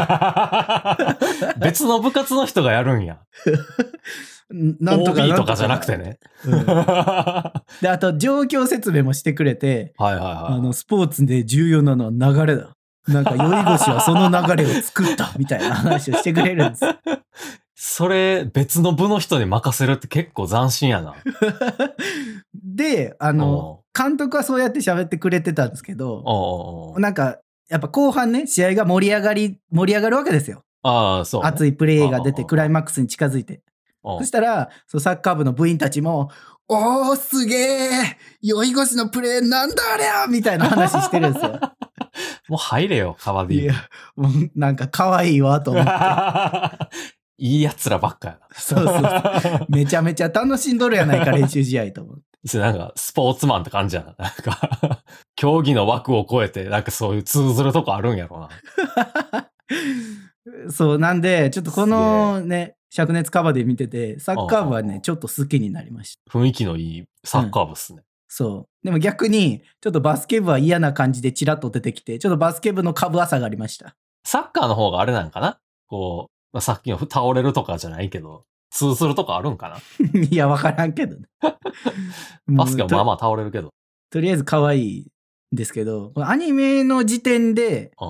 Speaker 2: 別の部活の人がやるんや。
Speaker 1: ん なん
Speaker 2: OB とかじゃなく て。ね。
Speaker 1: な
Speaker 2: は
Speaker 1: ん
Speaker 2: い
Speaker 1: とかうん
Speaker 2: は
Speaker 1: で、あと状況説明もしてくれて、
Speaker 2: いはい。
Speaker 1: あの、スポーツで重要なのは流れだ。なんか、酔い腰はその流れを作った、みたいな話をしてくれるんですよ。
Speaker 2: それ、別の部の人に任せるって結構斬新やな。
Speaker 1: で、あの、監督はそうやって喋ってくれてたんですけ
Speaker 2: おう
Speaker 1: ど、
Speaker 2: おうおう
Speaker 1: なんか、やっぱ後半ね、試合が盛り上がり、盛り上がるわけですよ。
Speaker 2: ああ、そう。
Speaker 1: 熱いプレーが出て、
Speaker 2: うん
Speaker 1: クライマックスに近づいて。
Speaker 2: うん
Speaker 1: そしたら、そのサッカー部の部員たちも、おー、すげえ酔い越しのプレーなんだありゃみたいな話してるん ですよ。
Speaker 2: もう入れよ、カバデ
Speaker 1: い
Speaker 2: ィ
Speaker 1: や。、もうなんか可愛いわ、と思って。
Speaker 2: いいやつらばっかやな。
Speaker 1: そうそうそう。めちゃめちゃ楽しんどるやないか、練習試合と思って。
Speaker 2: それなんか、スポーツマンって感じやな。 なんか、競技の枠を超えて、なんかそういう通ずるとこあるんやろうな。
Speaker 1: そう、なんで、ちょっとこのね、灼熱カバーで見てて、サッカー部は
Speaker 2: あ
Speaker 1: ね、
Speaker 2: あ
Speaker 1: ちょっと好きになりました。
Speaker 2: 雰囲気のいいサッカー部っすね。
Speaker 1: そう。でも逆に、ちょっとバスケ部は嫌な感じでチラッと出てきて、ちょっとバスケ部の株朝がありました。
Speaker 2: サッカーの方があれなんかなこう、まあ、さっきの倒れるとかじゃないけど、通するとかあるんかない
Speaker 1: や、わからんけどね。
Speaker 2: バスケはまあ
Speaker 1: もう
Speaker 2: まあ倒れるけど。
Speaker 1: と。とりあえず可愛いんですけど、このアニメの時点で、
Speaker 2: う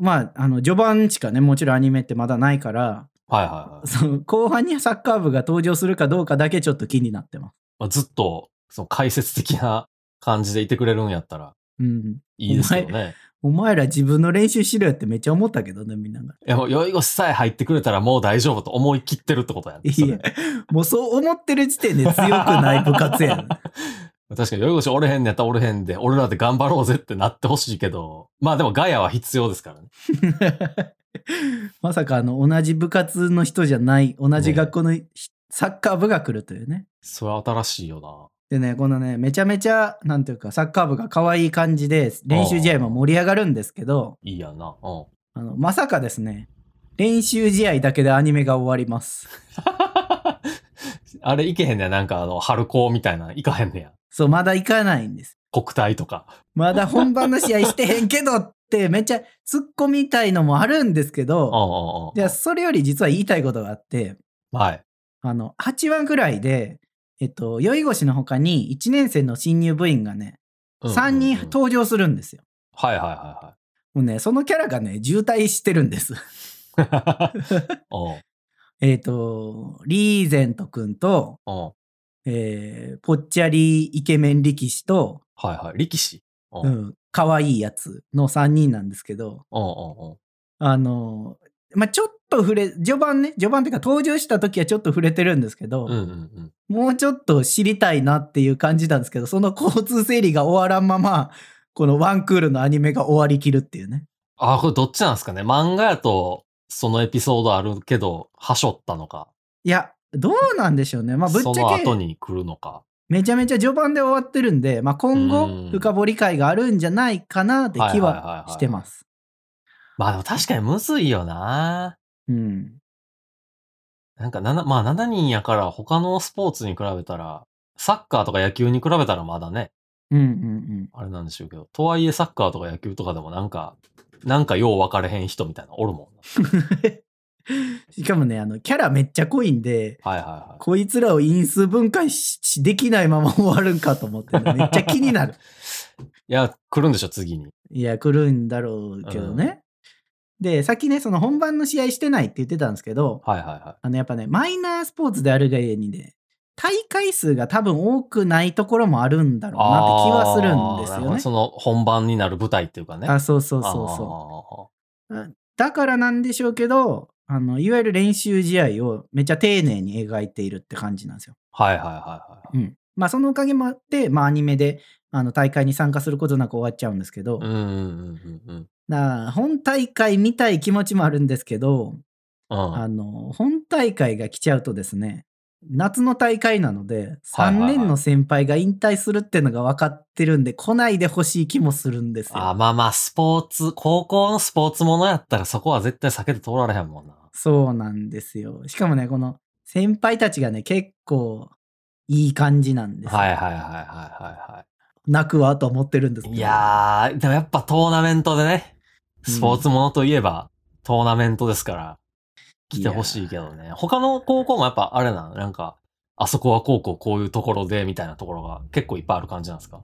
Speaker 2: ん。
Speaker 1: まあ、あの、序盤しかね、もちろんアニメってまだないから、
Speaker 2: はいはいはい。
Speaker 1: その後半にサッカー部が登場するかどうかだけちょっと気になってます。
Speaker 2: まあ、ずっと、その解説的な感じでいてくれるんやったら
Speaker 1: うん。
Speaker 2: いいですけどね。
Speaker 1: お前ら自分の練習しろよってめっちゃ思ったけどね、みんなが。
Speaker 2: いや、もう、酔い腰さえ入ってくれたらもう大丈夫と思い切ってるってことやん、ね。そ
Speaker 1: い
Speaker 2: れ
Speaker 1: や、もうそう思ってる時点で強くない部活やん。
Speaker 2: 確かに、よいしおれへんねやったらおれへんで、俺らで頑張ろうぜってなってほしいけど、まあでもガヤは必要ですからね。
Speaker 1: まさかあの、同じ部活の人じゃない、同じ
Speaker 2: ね
Speaker 1: 学校のひサッカー部が来るというね。
Speaker 2: それは新しいよ
Speaker 1: でね、このね、めちゃめちゃ、なんていうか、サッカー部が可愛い感じで、練習試合も盛り上がるんですけど、
Speaker 2: な。いいやんな。うん。
Speaker 1: あの、まさかですね、練習試合だけでアニメが終わります。
Speaker 2: あれいけへんねや。なんかあの、春高みたいな、行かへんねや。
Speaker 1: そう、まだ行かないんです。
Speaker 2: 国体とか。
Speaker 1: まだ本番の試合してへんけどって、めっちゃツッコみたいのもあるんですけ
Speaker 2: うんうん
Speaker 1: ど、
Speaker 2: うん。
Speaker 1: じゃあ、それより実は言いたいことがあって、
Speaker 2: はい。
Speaker 1: あの、8話ぐらいで、えっと、酔い腰の他に1年生の新入部員がね、
Speaker 2: うんうんうん
Speaker 1: 3人登場するんですよ。
Speaker 2: はいはいはいはい。
Speaker 1: もうね、そのキャラがね、渋滞してるんです。
Speaker 2: おう
Speaker 1: えっと、リーゼントくんと、
Speaker 2: おう
Speaker 1: えー、ぽっちゃりイケメン力士と、
Speaker 2: はいはい。力士。おう
Speaker 1: う
Speaker 2: うん
Speaker 1: ん、かわいいやつの3人なんですけど、
Speaker 2: うんうん。
Speaker 1: あの、まあ、ちょっと触れ、序盤ね、序盤っていうか登場した時はちょっと触れてるんですけど、
Speaker 2: うんうん
Speaker 1: もうちょっと知りたいなっていう感じなんですけど、その交通整理が終わらんまま、このワンクールのアニメが終わりきるっていうね。
Speaker 2: あ、これどっちなんですかね。漫画やと、そのエピソードあるけど、はしょったのか。
Speaker 1: いや、どうなんでしょうね。まあ、ぶっちゃ
Speaker 2: その
Speaker 1: け
Speaker 2: 後、に来るのか。
Speaker 1: めちゃめちゃ序盤で終わってるんで、まあ、今
Speaker 2: うん
Speaker 1: 後、深掘り会があるんじゃないかなって気
Speaker 2: いい
Speaker 1: ははい
Speaker 2: い
Speaker 1: してます。
Speaker 2: まあでも確かにむずいよな。
Speaker 1: うん。
Speaker 2: なんかなな、まあ7人やから他のスポーツに比べたら、サッカーとか野球に比べたらまだね、
Speaker 1: うんうんうん。
Speaker 2: あれなんでしょうけど、とはいえサッカーとか野球とかでもなんか、なんかよう分かれへん人みたいなのおるもんな。
Speaker 1: しかもね、あの、キャラめっちゃ濃いんで、
Speaker 2: はいは
Speaker 1: こいつらを因数分解ししできないまま終わるんかと思って、めっちゃ気になる。
Speaker 2: いはい。いや、来るんでしょ、次に。
Speaker 1: いや、来るんだろうけどね。で、さっきね、その本番の試合してないって言ってたんですけど、
Speaker 2: はいはいは
Speaker 1: あの、やっぱね、マイナースポーツであるがゆえにね、大会数が多分多くないところもあるんだ
Speaker 2: い。
Speaker 1: ろうなって気はす
Speaker 2: あーな
Speaker 1: るん
Speaker 2: ほど
Speaker 1: です
Speaker 2: そ
Speaker 1: よね。
Speaker 2: の本番になる舞台っていうかね。
Speaker 1: あ、そうそうそうそう。だからなんでしょうけど、あの、いわゆる練習試合をめっちゃ丁寧に描いているって感じなんですよ。
Speaker 2: う。はいはいは
Speaker 1: うん。まあ、そのおかげもあって、まあ、アニメで、あの、大会に参加することなく終わっちゃうんですけど、
Speaker 2: いはい。うんうんうんうんうん。
Speaker 1: だから本大会見たい気持ちもあるんですけど、
Speaker 2: うん
Speaker 1: あの、本大会が来ちゃうとですね、夏の大会なので、
Speaker 2: はいは
Speaker 1: 3
Speaker 2: い
Speaker 1: 年の先輩が引退するってのが分かってるんで、来ないでほしい気もするんです
Speaker 2: あ
Speaker 1: よ。
Speaker 2: まあまあ、スポーツ、高校のスポーツものやったらそこは絶対避けて通られへんもんな。
Speaker 1: そうなんですよ。しかもね、この先輩たちがね、結構いい感じなんですよ。
Speaker 2: はいはいはいはいはいは
Speaker 1: 泣くわと思ってるんですけ
Speaker 2: い。
Speaker 1: ど。
Speaker 2: いやー、でもやっぱトーナメントでね、スポーツものといえば、トーナメントですから、来てほしいけどね。他の高校もやっぱあれなの、なんか、あそこは高校こういうところで、みたいなところが結構いっぱいある感じなんですか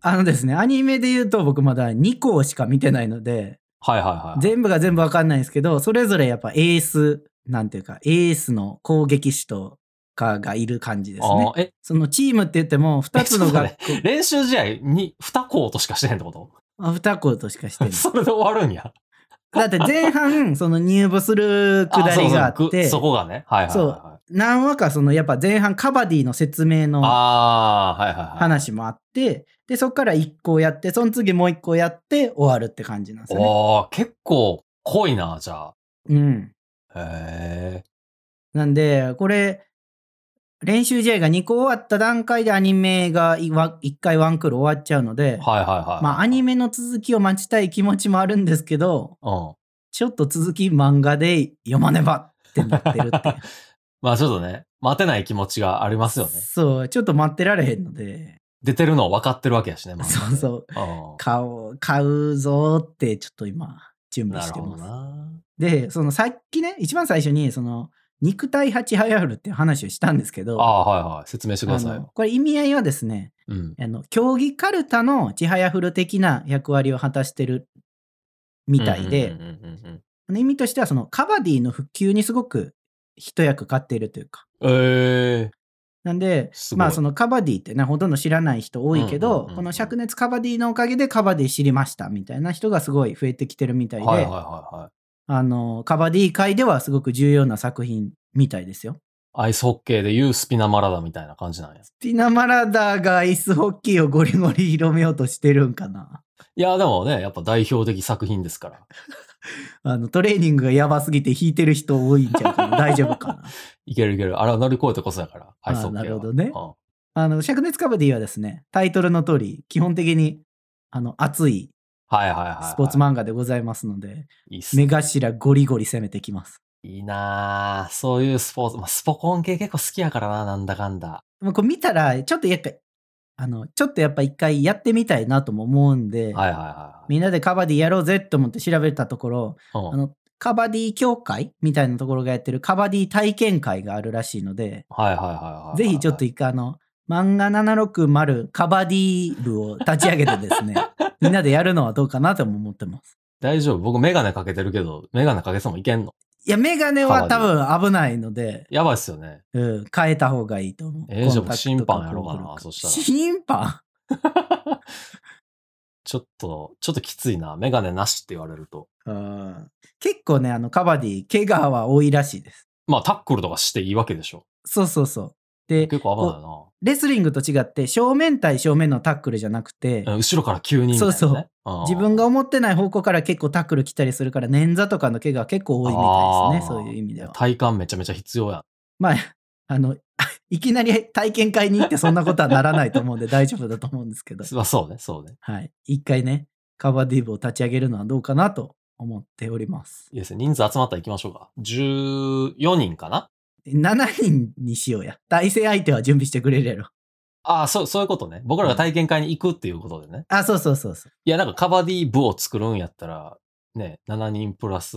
Speaker 1: あのですね、アニメで言うと僕まだ2校しか見てないので、
Speaker 2: はいはいはい。
Speaker 1: 全部が全部わかんないんですけど、それぞれやっぱエース、なんていうか、エースの攻撃手とかがいる感じですね。
Speaker 2: あーえ、
Speaker 1: そのチームって言っても2つの学校、
Speaker 2: 練習試合に2校としかしてへんってこと
Speaker 1: あ2校としかしてない。
Speaker 2: それで終わるんや。
Speaker 1: だって前半、その入部するくだりがあ
Speaker 2: そ
Speaker 1: っ
Speaker 2: うそう
Speaker 1: て
Speaker 2: く、そこがね。はいはいはい、
Speaker 1: そ
Speaker 2: はい。
Speaker 1: 何話かそのやっぱ前半カバディの説明の
Speaker 2: ああ、はいはいはい。
Speaker 1: 話もあって、で、そこから1校やって、その次もう1校やって終わるって感じなんですよね。
Speaker 2: おー、結構濃いな、じゃ
Speaker 1: うん。
Speaker 2: あ。へえ。
Speaker 1: なんで、これ、練習試合が2個終わった段階でアニメが1回ワンクール終わっちゃうので、
Speaker 2: はいはいはい。
Speaker 1: まあアニメの続きを待ちたい気持ちもあるんですけど、
Speaker 2: うん。
Speaker 1: ちょっと続き漫画で読まねばってなってるっていう。
Speaker 2: まあちょっとね、待てない気持ちがありますよね。
Speaker 1: そう、ちょっと待ってられへんので、
Speaker 2: 出てるの分かってるわけやしね、まあ、。
Speaker 1: そうそうう、買おう、買うぞーってちょっと今、準備
Speaker 2: な
Speaker 1: し
Speaker 2: る
Speaker 1: て
Speaker 2: ほ
Speaker 1: ま
Speaker 2: ど
Speaker 1: す。
Speaker 2: な。
Speaker 1: で、そのさっきね、一番最初に、その、肉体ハチハヤフルっていう話をしたんですけど、
Speaker 2: ああ、はいはい。説明してください
Speaker 1: あの
Speaker 2: よ。
Speaker 1: これ意味合いはですね、
Speaker 2: うん。
Speaker 1: あの競技カルタのちはやふる的な役割を果たしてるみたい
Speaker 2: うん
Speaker 1: で
Speaker 2: うん、うんうんうん
Speaker 1: あの意味としてはそのカバディの普及にすごく一役買っているというか。
Speaker 2: ええ
Speaker 1: なんです
Speaker 2: ごい
Speaker 1: まあそのカバディってねほとんど知らない人多いけ
Speaker 2: うんうん
Speaker 1: ど、
Speaker 2: うんうん
Speaker 1: この灼熱カバディのおかげでカバディ知りましたみたいな人がすごい増えてきてるみたいで、
Speaker 2: はいはいはいはい。
Speaker 1: あのカバディ界ではすごく重要な作品みたいですよ。
Speaker 2: アイスホッケーでいうスピナマラダみたいな感じなんや。
Speaker 1: ティナ・マラダーがアイスホッキーをゴリゴリ広めようとしてるんかない
Speaker 2: や、でもね、やっぱ代表的作品ですから。
Speaker 1: あのトレーニングがやばすぎて引いてる人多いんちゃうか な大丈夫かない
Speaker 2: けるいける。あれは乗り越えてこそやから、アイスホッケーは。
Speaker 1: なるほどね
Speaker 2: うん
Speaker 1: あの灼熱カバディはですねタイトルの通り基本的にあの熱い
Speaker 2: はいはいはいはい。
Speaker 1: スポーツ漫画でございますので、
Speaker 2: いいっすね
Speaker 1: 目頭ゴリゴリ攻めてきます
Speaker 2: いいなあそういうスポーツ。まあ、スポコン系結構好きやからな、なんだかんだ。
Speaker 1: まあこれ見たらちょっとやっぱあのちょっとやっぱ一回やってみたいなとも思うんで、
Speaker 2: はいはいはい
Speaker 1: みんなでカバディやろうぜと思って調べたところ
Speaker 2: はい。
Speaker 1: あ
Speaker 2: うん
Speaker 1: のカバディ協会みたいなところがやってるカバディ体験会があるらしいので、
Speaker 2: はいはいはいはいはい。
Speaker 1: ぜひちょっと一回あの、漫画760カバディ部を立ち上げてです ね、みんなでやるのはどうかなとも思ってます。
Speaker 2: 大丈夫。僕メガネかけてるけど、メガネかけてもいけんの。
Speaker 1: いや、メガネは多
Speaker 2: カ
Speaker 1: 分危ないので、
Speaker 2: やばいっすよね。
Speaker 1: うん、変えた方がいいと思う。
Speaker 2: えーじ
Speaker 1: コンタ
Speaker 2: ゃあ
Speaker 1: クト
Speaker 2: 審判やろうかな
Speaker 1: ゴーグル
Speaker 2: そしたら
Speaker 1: 審判
Speaker 2: ちょっと、ちょっときついな。メガネなしって言われると。
Speaker 1: うん結構ね、あの、カバディ、怪我は多いらしいです。
Speaker 2: まあ、タックルとかしていいわけでしょ。
Speaker 1: そうそうそう。で、
Speaker 2: 結構危ないよ
Speaker 1: レスリングと違って、正面対正面のタックルじゃなくて、
Speaker 2: な。うん後ろから急にみたいなね、
Speaker 1: そうそう
Speaker 2: うん
Speaker 1: 自分が思ってない方向から結構タックル来たりするから、捻挫とかの怪我は結構多いみたいですね、
Speaker 2: あ
Speaker 1: そ
Speaker 2: ー
Speaker 1: ういう意味では。
Speaker 2: 体幹めちゃめちゃ必要やん。
Speaker 1: まあ、 あの、いきなり体験会に行ってそんなことはならないと思うんで大丈夫だと思うんですけど、
Speaker 2: まあ、そうね、そうね。
Speaker 1: はい。一回ね、カバディ部を立ち上げるのはどうかなと思っております。
Speaker 2: いいですね。人数集まったら行きましょうか。14人かな
Speaker 1: 7人にしようや。対戦相手は準備してくれるやろ。
Speaker 2: ああ、そう、そういうことね。僕らが体験会に行くっていうことでね。
Speaker 1: あ、そうそうそうそう。
Speaker 2: いや、なんかカバディ部を作るんやったら、ね、7人プラス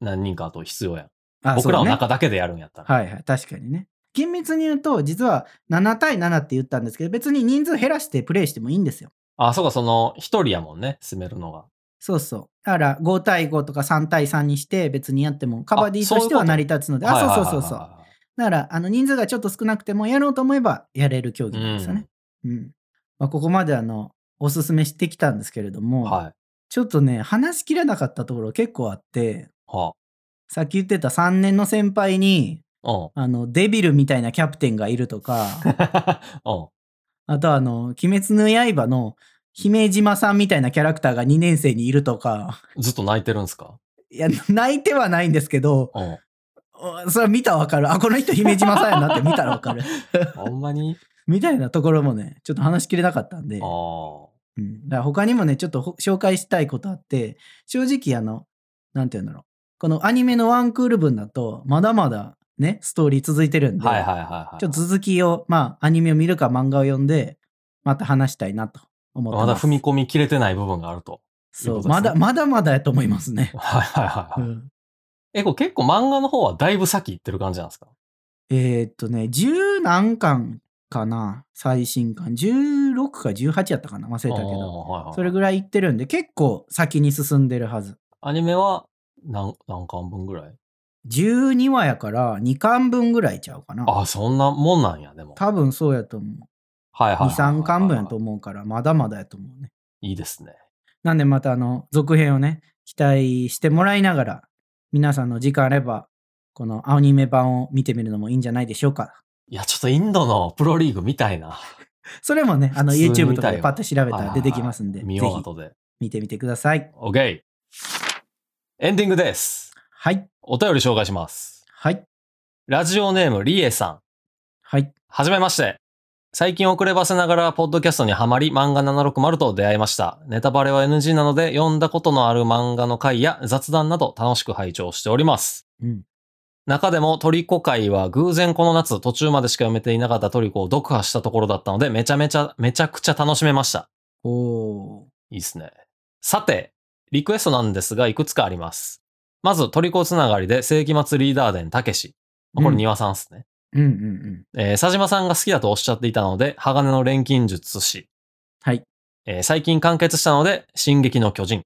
Speaker 2: 何人かあと必要やん。
Speaker 1: あ
Speaker 2: 僕らの
Speaker 1: そう
Speaker 2: 中だけでやるんやったら。
Speaker 1: ね。はいはい、確かにね。厳密に言うと、実は7対7って言ったんですけど、別に人数減らしてプレイしてもいいんですよ。
Speaker 2: あ、そうか、その、一人やもんね、進めるのが。
Speaker 1: そうそう。だから5対5とか3対3にして別にやってもカバディとしては成り立つので、あ、そうそうそうそう。だから、あの人数がちょっと少なくても、やろうと思えばやれる競技
Speaker 2: う
Speaker 1: なんですよね
Speaker 2: ん。。
Speaker 1: うん。まあ、ここまであの、おすすめしてきたんですけれども、
Speaker 2: はい。
Speaker 1: ちょっとね、話しきれなかったところ結構あって、
Speaker 2: は
Speaker 1: さっき言ってた3年の先輩に、
Speaker 2: あ。うん。
Speaker 1: あの、デビルみたいなキャプテンがいるとか、
Speaker 2: うん。
Speaker 1: あとはあの、鬼滅の刃の姫島さんみたいなキャラクターが2年生にいるとか、
Speaker 2: ずっと泣いてるんすか
Speaker 1: いや、泣いてはないんですけど、
Speaker 2: うん。
Speaker 1: おそれは見たらわかる。あ、この人姫島さんやなって見たらわかる。
Speaker 2: ほんまに
Speaker 1: みたいなところもね、ちょっと話しきれなかったんで、
Speaker 2: ああ。
Speaker 1: うん、だから他にもね、ちょっとほ紹介したいことあって、正直あの、なんて言うんだろう。このアニメのワンクール分だと、まだまだね、ストーリー続いてるんで、
Speaker 2: はいはいはいはい。
Speaker 1: ちょっと続きを、まあ、アニメを見るか漫画を読んで、また話したいなと思ってま。
Speaker 2: ますだ踏み込み切れてない部分があると。
Speaker 1: そう、
Speaker 2: いうことですね
Speaker 1: まだ、まだまだやと思いますね。
Speaker 2: はいはいはい。
Speaker 1: う
Speaker 2: はい
Speaker 1: ん
Speaker 2: え、これ結構漫画の方はだいぶ先行ってる感じなんですか
Speaker 1: えーっとね、十何巻かな、最新巻。16か18やったかな、忘れたけ
Speaker 2: あー
Speaker 1: ど。
Speaker 2: はいはいはい、
Speaker 1: それぐらいいってるんで、結構先に進んでるはず。
Speaker 2: アニメは何何巻分ぐらい
Speaker 1: 12話やから2巻分ぐらいちゃうかな。
Speaker 2: あ、そんなもんなんや、でも。
Speaker 1: 多分そうやと思。
Speaker 2: はいうはいはいはい
Speaker 1: 2、3巻分やと思うから、まだまだやと思うね。
Speaker 2: いいですね。
Speaker 1: なんでまたあの、続編をね、期待してもらいながら、皆さんの時間あれば、このアニメ版を見てみるのもいいんじゃないでしょうか。
Speaker 2: いや、ちょっとインドのプロリーグ見たいな。
Speaker 1: それもね、あの
Speaker 2: 普通に
Speaker 1: YouTube
Speaker 2: 見
Speaker 1: と
Speaker 2: た
Speaker 1: か
Speaker 2: い
Speaker 1: で
Speaker 2: わ
Speaker 1: パッと調べたら出てきますんで、
Speaker 2: はいはいはい
Speaker 1: ぜ
Speaker 2: 見よう、
Speaker 1: ひ
Speaker 2: 後で。
Speaker 1: 見てみてください。
Speaker 2: OK! エンディングです。
Speaker 1: はい。
Speaker 2: お便り紹介します。
Speaker 1: はい。
Speaker 2: ラジオネーム、リエさん。
Speaker 1: はい。
Speaker 2: はじめまして。最近遅ればせながら、ポッドキャストにはまり、漫画760と出会いました。ネタバレは NG なので、読んだことのある漫画の回や雑談など楽しく拝聴しております。
Speaker 1: うん。
Speaker 2: 中でもトリコ界は偶然この夏途中までしか読めていなかったトリコを読破したところだったのでめちゃめちゃめちゃくちゃ楽しめました。
Speaker 1: おー。
Speaker 2: いいっすね。さて、リクエストなんですがいくつかあります。まずトリコつながりで世紀末リーダー伝たけし。こ
Speaker 1: う
Speaker 2: れ
Speaker 1: ん
Speaker 2: 庭さんっすね。
Speaker 1: うんうんうん。
Speaker 2: えー佐島さんが好きだとおっしゃっていたので鋼の錬金術師。
Speaker 1: はい。
Speaker 2: えー最近完結したので進撃の巨人。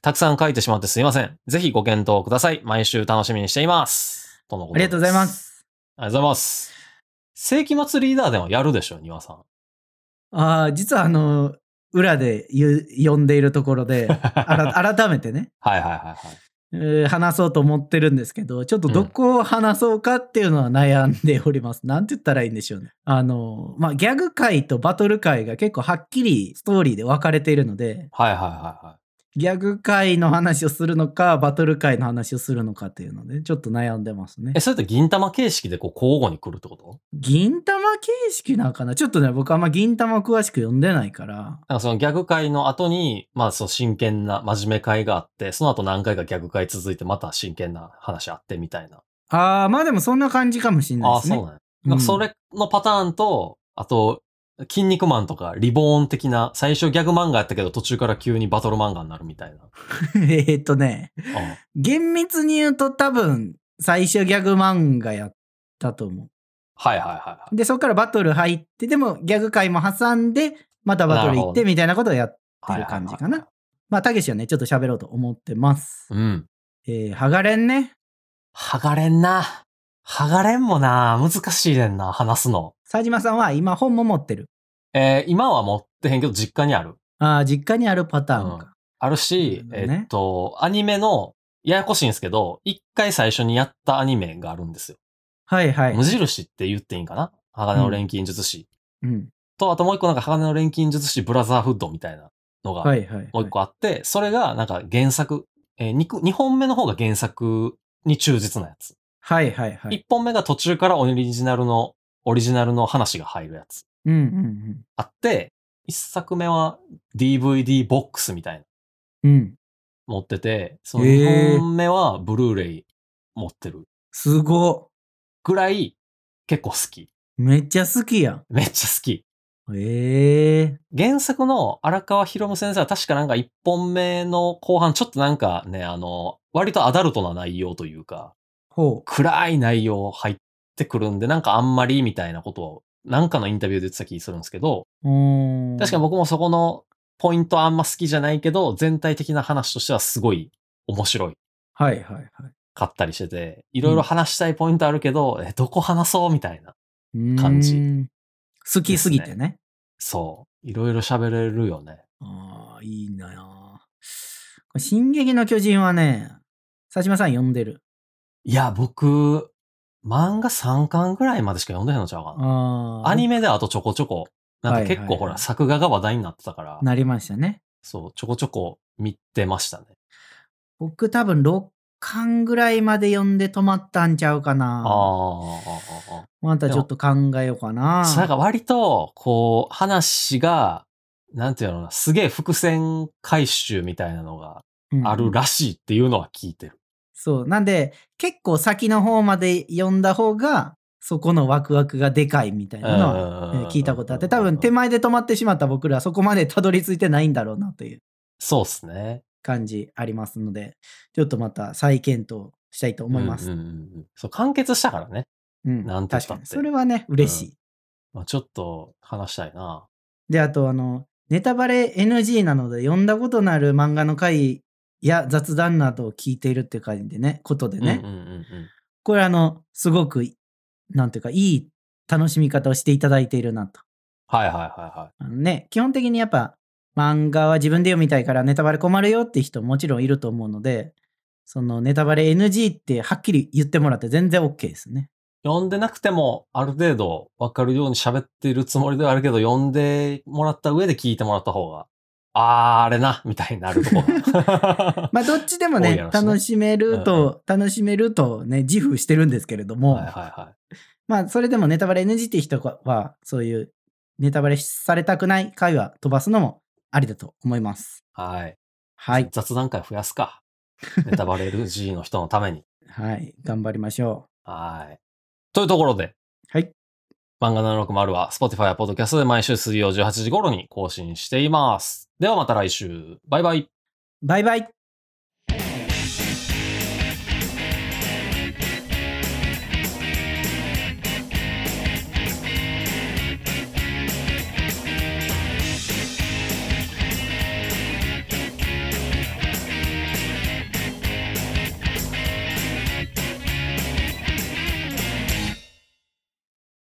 Speaker 2: たくさん書いてしまってすいません。ぜひご検討ください。毎週楽しみにしています。とのこと
Speaker 1: ありが
Speaker 2: です
Speaker 1: とうございま。す。
Speaker 2: ありがとうございます。世紀末リーダーではやるでしょ、庭さん。
Speaker 1: ああ、実はあの、裏で言う呼んでいるところで、あら改めてね、
Speaker 2: はいはいはいはい。
Speaker 1: えー話そうと思ってるんですけど、ちょっとどこを話そうかっていうのは悩んでおります。なんて言ったらいいんでしょうね。あの、まあ、ギャグ界とバトル界が結構はっきりストーリーで分かれているので、
Speaker 2: はいはいはいはい。
Speaker 1: ギャグ界の話をするのか、バトル界の話をするのかっていうので、ちょっと悩んでますね
Speaker 2: え、。それって銀玉形式でこう交互に来るってこと
Speaker 1: 銀玉形式なんかなちょっとね、僕あんま銀玉詳しく読んでないから、
Speaker 2: なんかそのギャグ会の後に、まあその真剣な真面目会があって、その後何回かギャグ会続いてまた真剣な話あってみたいな。
Speaker 1: ああ、まあでもそんな感じかもしれない
Speaker 2: あ
Speaker 1: で
Speaker 2: あ、
Speaker 1: す
Speaker 2: そう
Speaker 1: ね。
Speaker 2: なんやなんかそれのパターンと、あと、筋肉マンとかリボーン的な、最初ギャグ漫画やったけど途中から急にバトル漫画になるみたいな。
Speaker 1: えーっとね、
Speaker 2: うん
Speaker 1: 厳密に言うと多分、最初ギャグ漫画やったと思
Speaker 2: はいはいは
Speaker 1: う。で、そこからバトル入って、でもギャグ界も挟んで、またバトル行ってみたいなことをやっ
Speaker 2: いはい。
Speaker 1: てる感じか
Speaker 2: はいはいはい
Speaker 1: な。まあ、たけしはね、ちょっと喋ろうと思ってます。
Speaker 2: はい。うん。
Speaker 1: えー、はがれんね。
Speaker 2: はがれんな。はがれんもな、難しいねんな、話すの。
Speaker 1: 佐島さんは今本も持ってる。
Speaker 2: えー今は持ってへんけど、実家にある。
Speaker 1: ああ、実家にあるパターンか。
Speaker 2: あるし、
Speaker 1: なるほどね
Speaker 2: えっと、アニメの、ややこしいんですけど、一回最初にやったアニメがあるんですよ。
Speaker 1: はいはい
Speaker 2: 無。印って言っていいんかな鋼の錬金術師。
Speaker 1: うん。
Speaker 2: と、あともう一個なんか鋼の錬金術師ブラザーフッドみたいなのが、
Speaker 1: はいはい。
Speaker 2: もう一個あって、それがなんか原作、えー、2, 本目の方が原作に忠実なやつ。
Speaker 1: はいはいはい。
Speaker 2: 一1本目が途中からオリジナルの、オリジナルの話が入るやつ。
Speaker 1: うんうん
Speaker 2: あって、一作目は DVD ボックスみたいなの
Speaker 1: うん。うん。
Speaker 2: 持ってて、その
Speaker 1: へー
Speaker 2: 二本目はブルーレイ持ってる
Speaker 1: すご
Speaker 2: ぐらい結構好き。
Speaker 1: っ。めっちゃ好きやん。
Speaker 2: めっちゃ好き。
Speaker 1: ええ
Speaker 2: 原作の荒川博夢先生は確かなんか一本目の後半ちょっとなんかね、あの、割とアダルトな内容というか、
Speaker 1: ほ
Speaker 2: 暗い内容入ってくるんで、なんかあんまりみたいなことを、なんかのインタビューで言ってた気するんですけど、
Speaker 1: う。うーん
Speaker 2: 確かに僕もそこのポイントはあんま好きじゃないけど、全体的な話としてはすごい面白
Speaker 1: はいはいはい。
Speaker 2: かったりしてて、いろいろ話したいポイントあるけど、え、どこ話そうみたいな。
Speaker 1: うーん
Speaker 2: 感じ。
Speaker 1: 好きすぎてね。
Speaker 2: そう。いろいろ喋れるよね。
Speaker 1: ああ、いいなあこれ進撃の巨人はね、佐島さん読んでる。
Speaker 2: いや、僕、漫画3巻ぐらいまでしか読んでへんのちゃうかな。
Speaker 1: ああ。
Speaker 2: アニメであとちょこちょこ、なんか結
Speaker 1: はいはいは
Speaker 2: 構
Speaker 1: い
Speaker 2: ほら、作画が話題になってたから、
Speaker 1: なりましたね。
Speaker 2: そう、ちょこちょこ見てましたね。
Speaker 1: 僕多分6巻ぐらいまで読んで止まったんちゃうか
Speaker 2: あ
Speaker 1: な
Speaker 2: ー。あー、あー
Speaker 1: またちょっと考えようかな
Speaker 2: あー。そうなんか割と、こう、話が、なんていうのかな、すげえ伏線回収みたいなのが
Speaker 1: うん
Speaker 2: あるらしいっていうのは聞いてる。
Speaker 1: そう。なんで、結構先の方まで読んだ方が、そこのワクワクがでかいみたいなのは、えー聞いたことあって、多分手
Speaker 2: 間。
Speaker 1: 前で止まってしまった僕らはそこまでたどり着いてないんだろうなという
Speaker 2: そうですね。
Speaker 1: 感じありますので、ちょっとまた再検討したいと思います。
Speaker 2: う
Speaker 1: うんん
Speaker 2: うんうんうんそう、完結したからね。なんて言
Speaker 1: 確
Speaker 2: った
Speaker 1: か
Speaker 2: って
Speaker 1: に。それはね、嬉しい。
Speaker 2: まあ、ちょっと話したいな。
Speaker 1: で、あと、あの、ネタバレ NG なので、読んだことのある漫画の回や雑談などを聞いているっていう回でね、ことでね、
Speaker 2: うんうんうんうん
Speaker 1: これあの、すごく、なんていうか、いい楽しみ方をしていただいているなと。
Speaker 2: はいはいはいはい。
Speaker 1: あのね、基本的にやっぱ漫画は自分で読みたいからネタバレ困るよって人もちろんいると思うので、そのネタバレ NG ってはっきり言ってもらって全然 OK ですね。
Speaker 2: 読んでなくても、ある程度分かるように喋ってるつもりではあるけど、読んでもらった上で聞いてもらった方が、あー、あれな、みたいになるとこ が
Speaker 1: まあどっちでも
Speaker 2: 多
Speaker 1: ね、
Speaker 2: いやろうしね
Speaker 1: 楽しめると、楽しめるとね、自負してるんですけれども、
Speaker 2: はいはいはい。
Speaker 1: まあそれでもネタバレ NG って人は、そういうネタバレされたくない回は飛ばすのもありだと思います。
Speaker 2: はい。
Speaker 1: はい。
Speaker 2: 雑談会増やすか。 ネタバレ LG の人のために。
Speaker 1: はい。頑張りましょ
Speaker 2: はい。というところで、
Speaker 1: う。はい。
Speaker 2: 漫画760は Spotify や Podcast で毎週水曜18時頃に更新しています。ではまた来週。バイバイ。
Speaker 1: バイバイ。